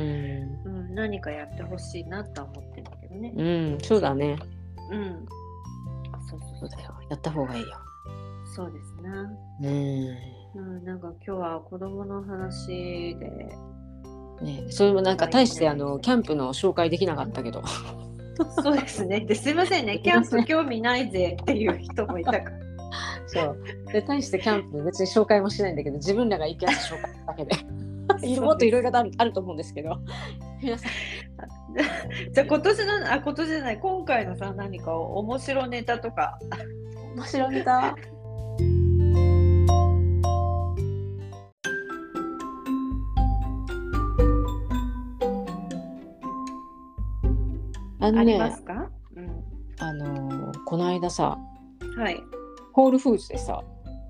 Speaker 2: うん何かやってほしいなとは思ってるんだけどね。
Speaker 3: うん、そうだね
Speaker 2: うん、そうそ
Speaker 3: そうう
Speaker 2: そ
Speaker 3: だ
Speaker 2: う
Speaker 3: よやった方がいいよ
Speaker 2: そうですな、
Speaker 3: ね
Speaker 2: うん。なんか今日は子供の話で
Speaker 3: えねえそれもなんか大してあのキャンプの紹介できなかったけど
Speaker 2: そうですねですいません ねキャンプ興味ないぜっていう人もいたから。
Speaker 3: そうで大してキャンプ別に紹介もしないんだけど自分らが行くやつ紹介だけで いろもっといろいろあるあると思うんですけど皆さん
Speaker 2: じゃあ今年のあ今年じゃない今回のさ何かを面白ネタとか
Speaker 3: 面白いだあ
Speaker 2: あ
Speaker 3: の
Speaker 2: りま
Speaker 3: ね
Speaker 2: すか、うん、
Speaker 3: あのーこの間さ
Speaker 2: はい。
Speaker 3: ホールフーズでさ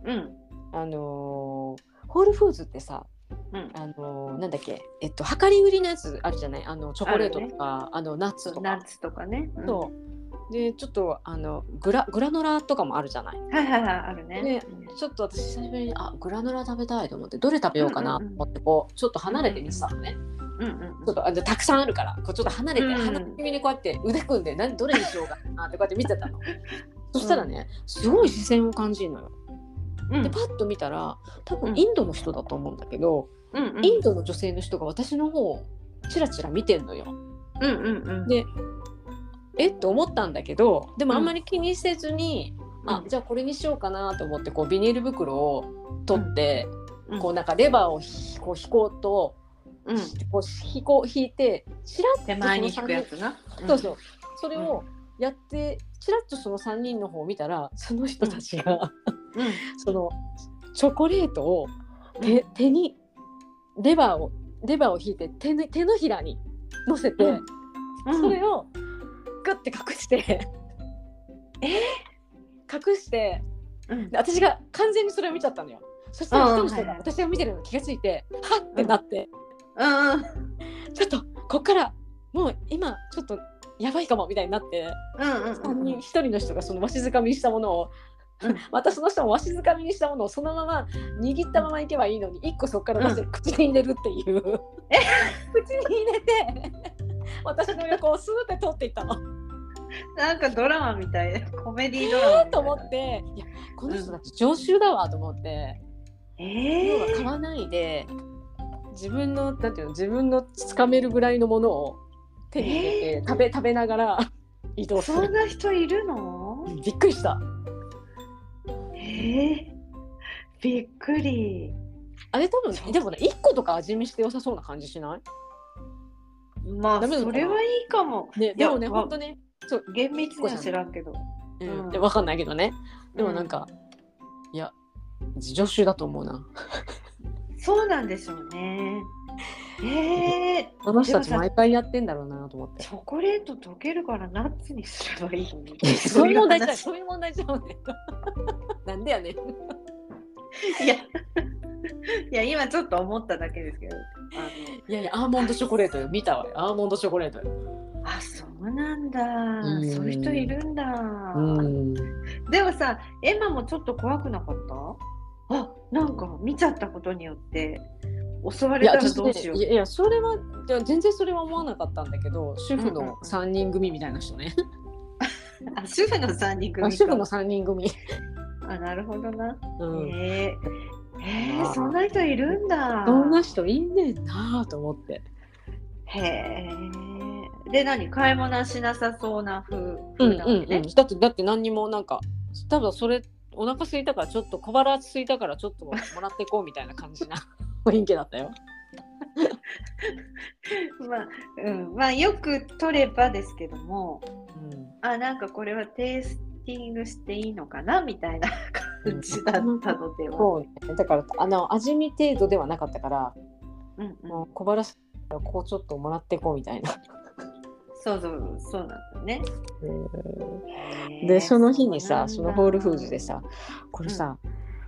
Speaker 2: うん。
Speaker 3: あのーホールフーズってさ
Speaker 2: うん。
Speaker 3: あのーなんだっけえっと量り売りのやつあるじゃないあのチョコレートとかあ、のナッツと
Speaker 2: ナッ
Speaker 3: か
Speaker 2: ツとかね。うん
Speaker 3: そうでちょっとあのグラグラノラとかもあるじゃない
Speaker 2: はいはいはい、あるね。
Speaker 3: ね
Speaker 2: うん
Speaker 3: ちょっと私久しぶりにあグラノラ食べたいと思ってどれ食べようかなと思ってこうちょっと離れて見てたのね
Speaker 2: うん
Speaker 3: ちょっとあのたくさんあるからこうちょっと離れて
Speaker 2: うん
Speaker 3: 鼻耳にこうやって腕組んで何どれにしようかなってこうやって見て たの。そしたらねすごい視線を感じるのよ。
Speaker 2: うん。
Speaker 3: でパッと見たら多
Speaker 2: う
Speaker 3: 分
Speaker 2: ん
Speaker 3: インドの人だと思うんだけど、
Speaker 2: うんうん。
Speaker 3: インドの女性の人が私の方をチラチラ見てんのよ。
Speaker 2: うんうんうん。
Speaker 3: でえっと思ったんだけどで
Speaker 2: う
Speaker 3: も
Speaker 2: ん
Speaker 3: あんまり気にせずに、あじゃあこれにしようかなと思ってこうビニール袋を取って、
Speaker 2: うん
Speaker 3: こうなんかレバーをひこう引こうと、
Speaker 2: うん。
Speaker 3: こう引こう引いてチラッと
Speaker 2: 手前に引くやつな。
Speaker 3: そうそう。それをやって、ちらっとその3人の方を見たら、その人たちが、
Speaker 2: うん。うん。
Speaker 3: そのチョコレートを手手に、レバーを、レバーを引いて手の、手のひらに乗せて、
Speaker 2: うんうん
Speaker 3: それをグッて隠して、隠して、
Speaker 2: うん
Speaker 3: で私が完全にそれを見ちゃったのよ。そしたら
Speaker 2: うん
Speaker 3: 一人の人が
Speaker 2: はい
Speaker 3: 私が見てるのに気がついて、はっってなって、
Speaker 2: うんうん
Speaker 3: ちょっとこっからもう今ちょっとやばいかもみたいになって。
Speaker 2: うんうん。
Speaker 3: 一人の人がそのわしづかみにしたものを、
Speaker 2: うん
Speaker 3: またその人もわしづかみにしたものをそのまま握ったままいけばいいのに一個そこから出して口に入れるっていう、え 口に入れて私の横をスーって通っていったの
Speaker 2: なんかドラマみたいコメディドラマみたいな。
Speaker 3: と思っていやこの人たち常習だわと思って
Speaker 2: え
Speaker 3: 要は
Speaker 2: え。
Speaker 3: 買わないで自分のなんていうの自分のつかめるぐらいのものを手に入れて、食べ食べながら移動す
Speaker 2: そん
Speaker 3: る
Speaker 2: な人いるの
Speaker 3: びっくりした
Speaker 2: ええびっくり
Speaker 3: あれ多
Speaker 2: そ
Speaker 3: 分
Speaker 2: う
Speaker 3: でもね1個とか味見して良さそうな感じしな
Speaker 2: まあ
Speaker 3: ダメな
Speaker 2: そ
Speaker 3: のかな
Speaker 2: れはいいかも
Speaker 3: いねでもね
Speaker 2: いや
Speaker 3: 本当ねそう、
Speaker 2: 厳密には知らんけど
Speaker 3: うん
Speaker 2: うん
Speaker 3: でわかんないけどねでもなんか、いや助手だと思うな
Speaker 2: うんそうなんでしょうねええ
Speaker 3: あの人たち
Speaker 2: でもさ
Speaker 3: 毎回やってんだろうなと思って
Speaker 2: チョコレート溶けるからナッツにすればいいの に
Speaker 3: そういう問題じゃない
Speaker 2: 話
Speaker 3: そういう 問題じゃんねなんでやねん
Speaker 2: いやいや今ちょっと思っただけですけど
Speaker 3: いやいやアーモンドチョコレートよ見たわよアーモンドチョコレートよ
Speaker 2: あのあそうなんだ
Speaker 3: ん
Speaker 2: そういう人いるんだ
Speaker 3: うん
Speaker 2: でもさエマもちょっと怖くなかったあなんか見ちゃったことによって襲わ
Speaker 3: い
Speaker 2: れた
Speaker 3: や
Speaker 2: ら
Speaker 3: 私
Speaker 2: ど
Speaker 3: ね
Speaker 2: うしよう
Speaker 3: いやいやそれはいや全然それは思わなかったんだけど主婦
Speaker 2: うんうん
Speaker 3: の
Speaker 2: うん
Speaker 3: 3人組みたいな人ね、
Speaker 2: あ主婦の3人組
Speaker 3: あ
Speaker 2: か
Speaker 3: 主婦の3人組、
Speaker 2: あなるほどな、
Speaker 3: うん、
Speaker 2: えー、え
Speaker 3: ま
Speaker 2: ー、
Speaker 3: あ
Speaker 2: そんな人いるんだ
Speaker 3: そんな人いんねんなと思って
Speaker 2: へえで何買い物しなさそうな風
Speaker 3: うん
Speaker 2: 風
Speaker 3: うん
Speaker 2: な
Speaker 3: う
Speaker 2: のね
Speaker 3: んだってだって何にもなんか多分それお腹空いたからちょっと小腹空いたからちょっともらってこうみたいな感じな 雰囲気だったよ
Speaker 2: まあ、うん、まあよく取ればですけども
Speaker 3: う
Speaker 2: あなんかこれはテイスティングしていいのかなみたいな 感じだったので
Speaker 3: ん
Speaker 2: は、
Speaker 3: そうねだからあの味見程度ではなかったから
Speaker 2: うんうん、
Speaker 3: もう小腹空いたからこうちょっともらってこうみたいな、
Speaker 2: そうそうそうなんだね
Speaker 3: でその日にさそのホールフーズ
Speaker 2: ズ
Speaker 3: でさこれさ、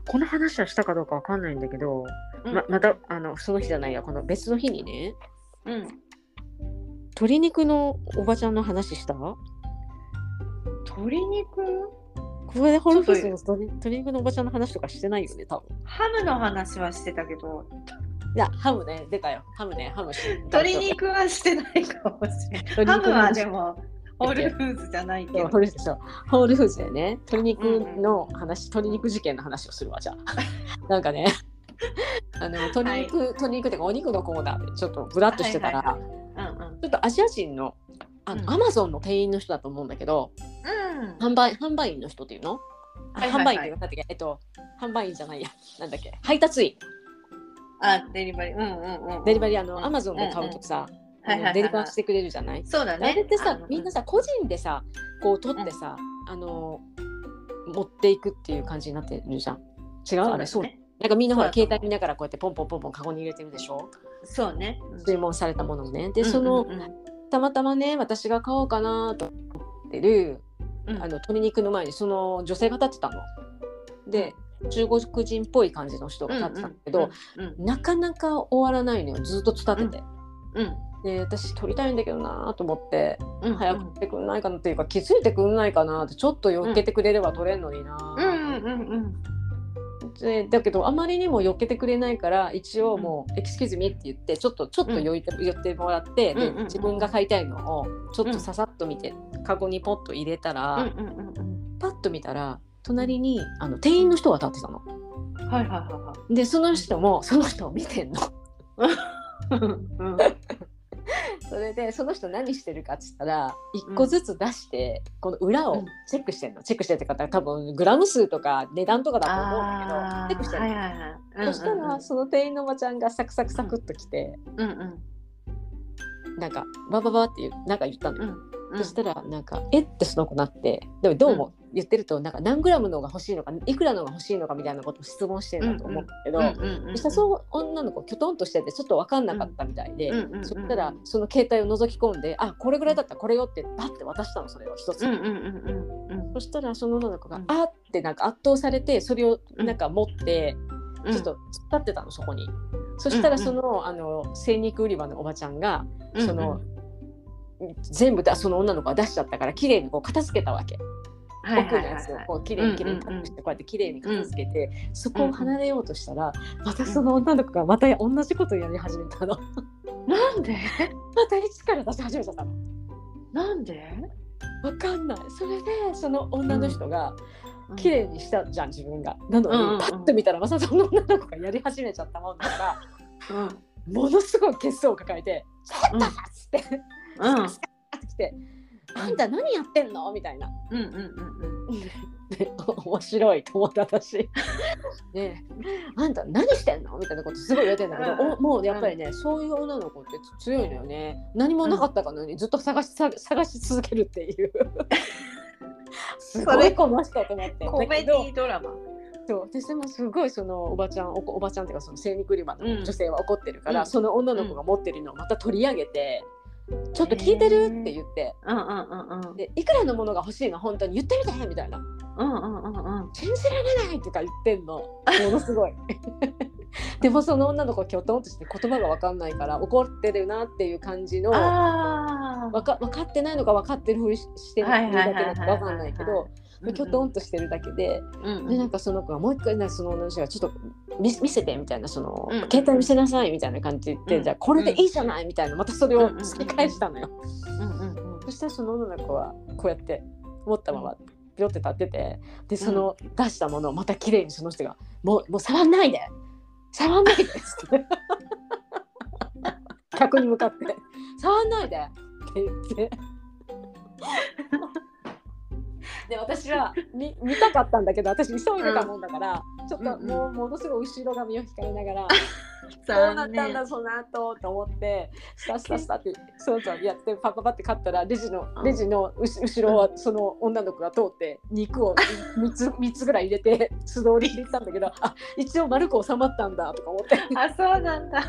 Speaker 3: この話はしたかどうかわかんないんだけど、ままたあのその日じゃないやこの別の日にね
Speaker 2: うん
Speaker 3: 鶏肉のおばちゃんの話したこ
Speaker 2: 鶏肉
Speaker 3: れでホールフーズの鶏鶏肉のおばちゃんの話とかしてないよね多分
Speaker 2: ハムの話はしてたけど
Speaker 3: いやハムね出たよハムねハムして
Speaker 2: 鶏肉はしてないかもしれないハ
Speaker 3: 鶏
Speaker 2: ム
Speaker 3: 肉の
Speaker 2: は
Speaker 3: 話
Speaker 2: でもホールフーズじゃないけ
Speaker 3: そう
Speaker 2: ど
Speaker 3: ホールフーズそうホールフーズでね鶏肉の話、鶏肉事件の話をするわじゃあ なんかねあの鶏肉、鶏肉っていうかお肉のコーナーでちょっとブラッとしてたら、
Speaker 2: はいはいうん
Speaker 3: ちょっとアジア人のあの、
Speaker 2: うん
Speaker 3: アマゾンの店員の人だと思うんだけど
Speaker 2: うん
Speaker 3: 販売販売員の人っていうの、あ
Speaker 2: はいはい
Speaker 3: 販
Speaker 2: は
Speaker 3: 売
Speaker 2: い
Speaker 3: 員って言ったっけえっと販売員じゃないやなんだっけ配達員
Speaker 2: あデリバリーうんうんうん
Speaker 3: デリバリーあ
Speaker 2: う
Speaker 3: の
Speaker 2: ん
Speaker 3: アマゾンで買うとさ、
Speaker 2: はいはいはいはい
Speaker 3: あのデリバーしてくれるじゃない、
Speaker 2: そうだね
Speaker 3: あれってさ、
Speaker 2: あの
Speaker 3: みんなさ個人でさこう取ってさ、あの持っていくっていう感じになってるじゃん違う
Speaker 2: そう
Speaker 3: あ
Speaker 2: だ
Speaker 3: れ
Speaker 2: ね
Speaker 3: そうなんかみんなほら
Speaker 2: そうだと思う
Speaker 3: 携帯見ながらこうやってポンポンポンポンカゴに入れてるでしょ
Speaker 2: そうねうん
Speaker 3: 注文されたものをねでその、
Speaker 2: うんうん
Speaker 3: たまたまね私が買おうかなと思ってる
Speaker 2: うん
Speaker 3: あの鶏肉の前にその女性が立ってたの。で中国人っぽい感じの人が立ってたんだけど、
Speaker 2: うんうん
Speaker 3: なかなか終わらないのよずっと伝ってて。
Speaker 2: うん
Speaker 3: で私撮りたいんだけどなと思って
Speaker 2: うん
Speaker 3: 早く撮ってくんないかなっていうか気づいてくんないかなってちょっとよっけてくれれば撮れんのにな、
Speaker 2: うんうんうんうん
Speaker 3: でだけどあまりにもよっけてくれないから一応もう「エクスキューズミ」って言ってちょっとちょっとよいて、寄ってもらって、で
Speaker 2: うんうんうん
Speaker 3: 自分が買いたいのをちょっとささっと見て、カゴにポッと入れたら、
Speaker 2: うんうんうんうん
Speaker 3: パッと見たら隣にあの店員の人が立ってたの。
Speaker 2: はいはいは
Speaker 3: でその人もその人を見てんの。
Speaker 2: いはいうん
Speaker 3: それでその人何してるかっつったら1個ずつ出して、この裏をチェックしてんの、チェックしてるって方多分グラム数とか値段とかだと思うんだ
Speaker 2: あ
Speaker 3: けどチェックして
Speaker 2: ー
Speaker 3: ん
Speaker 2: は
Speaker 3: の、
Speaker 2: いはいはいうんうんうん
Speaker 3: そしたらその店員のおばちゃんがサクサクサクっと来て、
Speaker 2: うんうん
Speaker 3: なんかバババっていうなんか言ったの
Speaker 2: う
Speaker 3: よ、
Speaker 2: んうん
Speaker 3: そしたらなんか「えっ?」てその子なってでもどうも言ってるとなんか何グラムのが欲しいのかいくらのが欲しいのかみたいなことを質問してるんだと思うんだけど、そした
Speaker 2: う
Speaker 3: らそう女の子きょとんとしててちょっと分かんなかったみたいで、
Speaker 2: うんうんうんうん
Speaker 3: そしたらその携帯を覗き込んで「あこれぐらいだったらこれよ」ってバッて渡したのそれを一つ、
Speaker 2: んうんうんうんうん
Speaker 3: そしたらその女の子が「
Speaker 2: うん
Speaker 3: あっ」てなんか圧倒されてそれをなんか持って、
Speaker 2: うん
Speaker 3: ちょっと突っ立ってたのそこに。そしたらその,、あの精肉売り場のおばちゃんがその、全部だその女の子は出しちゃったから綺麗にこう片付けたわけ、
Speaker 2: うんうん
Speaker 3: 奥のやつを
Speaker 2: はいはいはいはい
Speaker 3: こう綺麗に綺麗に隠してこうやって綺麗に片付けて、そこを離れようとしたら、またその女の子がまた同じことやり始めたの ま
Speaker 2: なんで
Speaker 3: た一から出し始めちゃったの
Speaker 2: なんで
Speaker 3: わかんないそれでその女の人が綺麗にしたじゃん自分がな
Speaker 2: うんうんう
Speaker 3: の
Speaker 2: ん
Speaker 3: にパッと見たらまたその女の子がやり始めちゃったもんだから
Speaker 2: うんうん
Speaker 3: ものすごい血相を抱えて「ちょっと!」っつって。
Speaker 2: うん
Speaker 3: 来てあんた何やってんの?」みたいな
Speaker 2: うんうんうん
Speaker 3: ね 面白い友 達ねえあんた何してんのみたいなことすごい言われてんだけど、
Speaker 2: うん
Speaker 3: おもうやっぱりね、そういう女の子って強いのよね何もなかったかのようにずっと探し探探し続けるっていう すごいこの人と思って
Speaker 2: コメデ
Speaker 3: だけ
Speaker 2: ィドラマ
Speaker 3: どそう私もすごいそのおばちゃんおこおばちゃんっていうかその精肉売り場
Speaker 2: うん
Speaker 3: の女性は怒ってるから、
Speaker 2: うん
Speaker 3: その女の子が持ってるのをまた取り上げて。ちょっと聞いてるって言って、
Speaker 2: うんうんうんうん
Speaker 3: でいくらのものが欲しいの本当に言ってみてみたいな
Speaker 2: うんうんうんうん
Speaker 3: 信じられないとか言ってんのもの すごいでもその女の子はきょとんとして言葉が分かんないから怒ってるなっていう感じの分
Speaker 2: ああ
Speaker 3: か分かってないのか分かってるふりしてる
Speaker 2: はい
Speaker 3: だ
Speaker 2: は
Speaker 3: け
Speaker 2: いはいはい
Speaker 3: なのか分かんないけどきょとんとしてるだけで
Speaker 2: うんう
Speaker 3: でなん
Speaker 2: ん
Speaker 3: かその子がもう一回なんかその女の人がちょっと見見せてみたいなその、
Speaker 2: うん
Speaker 3: 携帯見せなさいみたいな感じで言って、
Speaker 2: うん
Speaker 3: じゃあこれでいいじゃないみたいなまたそれを
Speaker 2: うん
Speaker 3: 突き返したのよ。
Speaker 2: うんうんうん
Speaker 3: そしたらその女の子はこうやって持ったままピロって立っててでその出したものをまた綺麗にその人が「もうもう触んないで触んないで」っ つって客に向かって「触んないで」って言って。で私は見見たかったんだけど私急いでたもんだから、ちょっと
Speaker 2: うんうん
Speaker 3: もうものすごい後ろ髪を引かれながらどうな
Speaker 2: 残
Speaker 3: ったん
Speaker 2: 念
Speaker 3: だその後と思ってスタスタスタってそうそうやってパパパって買ったらレジのレジのうし後ろはその女の子が通って肉を3つ三つぐらい入れて素通り入れてたん だけどあ一応丸く収まったんだとか思って、
Speaker 2: あそうなんだ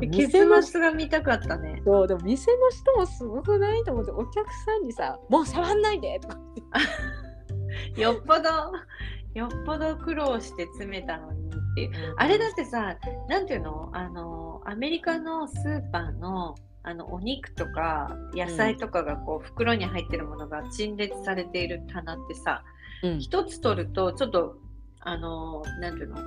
Speaker 3: 店
Speaker 2: 結
Speaker 3: の人
Speaker 2: 末が見たかったね
Speaker 3: そうでも店の人もすごくないと思ってお客さんにさ「もう触んないで」とか
Speaker 2: よっぽどよっぽど苦労して詰めたのにっていうあれだってさなんていうのあのアメリカのスーパーのあのお肉とか野菜とかがこう袋に入ってるものが陳列されている棚ってさ
Speaker 3: うん
Speaker 2: 一つ取るとちょっとあのなんていうの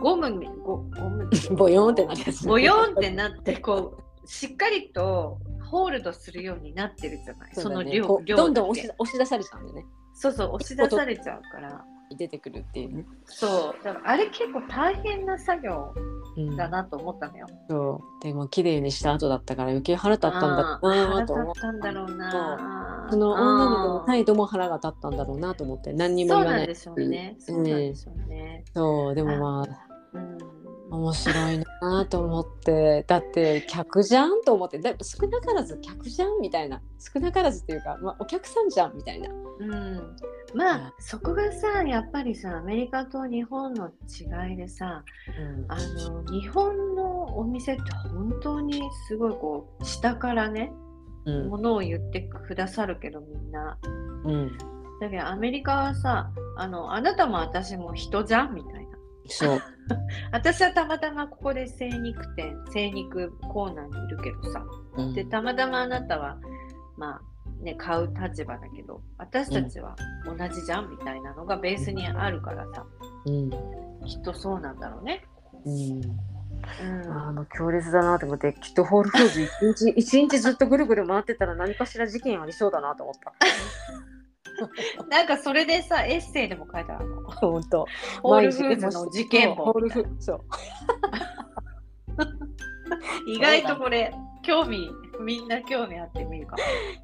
Speaker 2: ゴムみゴゴム
Speaker 3: ボヨーンってなるやつ
Speaker 2: ボヨーンってなってこうしっかりとホールドするようになってるじゃないそ,、
Speaker 3: うだ
Speaker 2: の
Speaker 3: ね
Speaker 2: 量
Speaker 3: こう
Speaker 2: 量
Speaker 3: どんどん
Speaker 2: だ
Speaker 3: 押
Speaker 2: け
Speaker 3: し押し出されちゃうんだよね
Speaker 2: そうそう押し出されちゃうから
Speaker 3: 出てくるっていうね、
Speaker 2: そうだからあれ結構大変な作業
Speaker 3: うん
Speaker 2: だなと思ったのよ。
Speaker 3: そうでも綺麗にした後だったから余計腹立ったんだ
Speaker 2: 腹
Speaker 3: な
Speaker 2: 立
Speaker 3: と思
Speaker 2: っ
Speaker 3: う
Speaker 2: たんだろうな。
Speaker 3: その女の子の
Speaker 2: うん
Speaker 3: 態度も腹が立ったんだろうなと思って何にも
Speaker 2: そう
Speaker 3: 言わ
Speaker 2: な
Speaker 3: なんい
Speaker 2: でしょうね。そうなんでしょうね。
Speaker 3: そうでもまあ
Speaker 2: うん。
Speaker 3: 面白いなと思ってだって客じゃんと思ってだ少なからず客じゃんみたいな少なからずっていうか、まあ、お客さんじゃんみたいな
Speaker 2: うんま
Speaker 3: うん
Speaker 2: あそこがさやっぱりさアメリカと日本の違いでさあの日本のお店って本当にすごいこう下からね
Speaker 3: うん
Speaker 2: ものを言ってくださるけどみんな
Speaker 3: うん
Speaker 2: だけどアメリカはさあのあなたも私も人じゃんみたいな
Speaker 3: そう
Speaker 2: 私はたまたまここで精肉店精肉コーナーにいるけどさ
Speaker 3: うん
Speaker 2: でたまたまあなたはまあね買う立場だけど私たちは同じじゃんみたいなのがベースにあるからさ
Speaker 3: うん
Speaker 2: きっとそうなんだろうね。
Speaker 3: うん
Speaker 2: うん
Speaker 3: あーもう強烈だなと思ってきっとホールフーズ一日一日ずっとぐるぐる回ってたら何かしら事件ありそうだなと思った
Speaker 2: なんかそれでさエッセイでも書いてあるの。
Speaker 3: 本当。
Speaker 2: ホールフーズの事件
Speaker 3: ホ
Speaker 2: 簿
Speaker 3: ール
Speaker 2: みた
Speaker 3: フ
Speaker 2: いな
Speaker 3: そう。
Speaker 2: 意外とこれ興味みんな興味あってみるか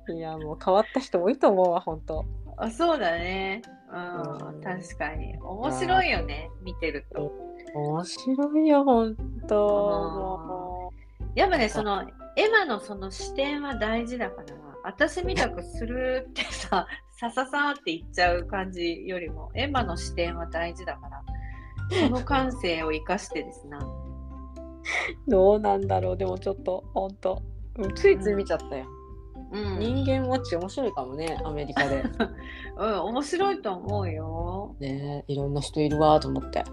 Speaker 2: も。
Speaker 3: いやもう変わった人多いと思うわ本当。
Speaker 2: あそうだね。う
Speaker 3: うん
Speaker 2: ん、確かに面白いよね見てると。
Speaker 3: 面白いよ本当。も
Speaker 2: やっぱねそのエマのその視点は大事だから私みたくするってさ さささって言っちゃう感じよりもエマの視点は大事だからその感性を生かしてですな、
Speaker 3: うどうなんだろうでもちょっと本当。うんついつい見ちゃったよ。
Speaker 2: うんうん、
Speaker 3: 人間ウォッチ面白いかもねアメリカ で。
Speaker 2: 面白いと思うよ
Speaker 3: ねいろんな人いるわと思って。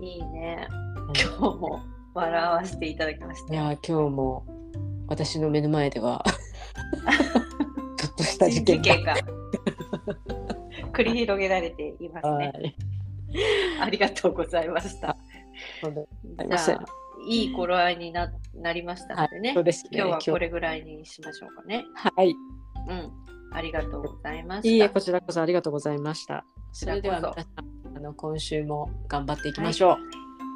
Speaker 2: いいね
Speaker 3: うん
Speaker 2: 今日も笑わせていただきまし
Speaker 3: い
Speaker 2: た
Speaker 3: や今日も私の目の前 ではちょっとした事
Speaker 2: 新
Speaker 3: 件
Speaker 2: 事
Speaker 3: が。
Speaker 2: 件が繰り広げられています
Speaker 3: は
Speaker 2: ね
Speaker 3: い。
Speaker 2: ありがとうございました
Speaker 3: そうで
Speaker 2: じ
Speaker 3: いません
Speaker 2: ゃあいい頃合いにななりましたのでね、
Speaker 3: そうですね。
Speaker 2: 今日はこ
Speaker 3: 今日
Speaker 2: れぐらいにしましょうかね。
Speaker 3: はい。
Speaker 2: うん。ありがとうございました。
Speaker 3: いいえ、こちらこそありがとうございました。それでは皆
Speaker 2: こち
Speaker 3: さん、あの今週も頑張っていきましょう。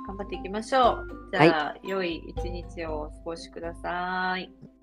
Speaker 2: 頑張っていきましょう。じゃあ、良い一日をお過ごしください。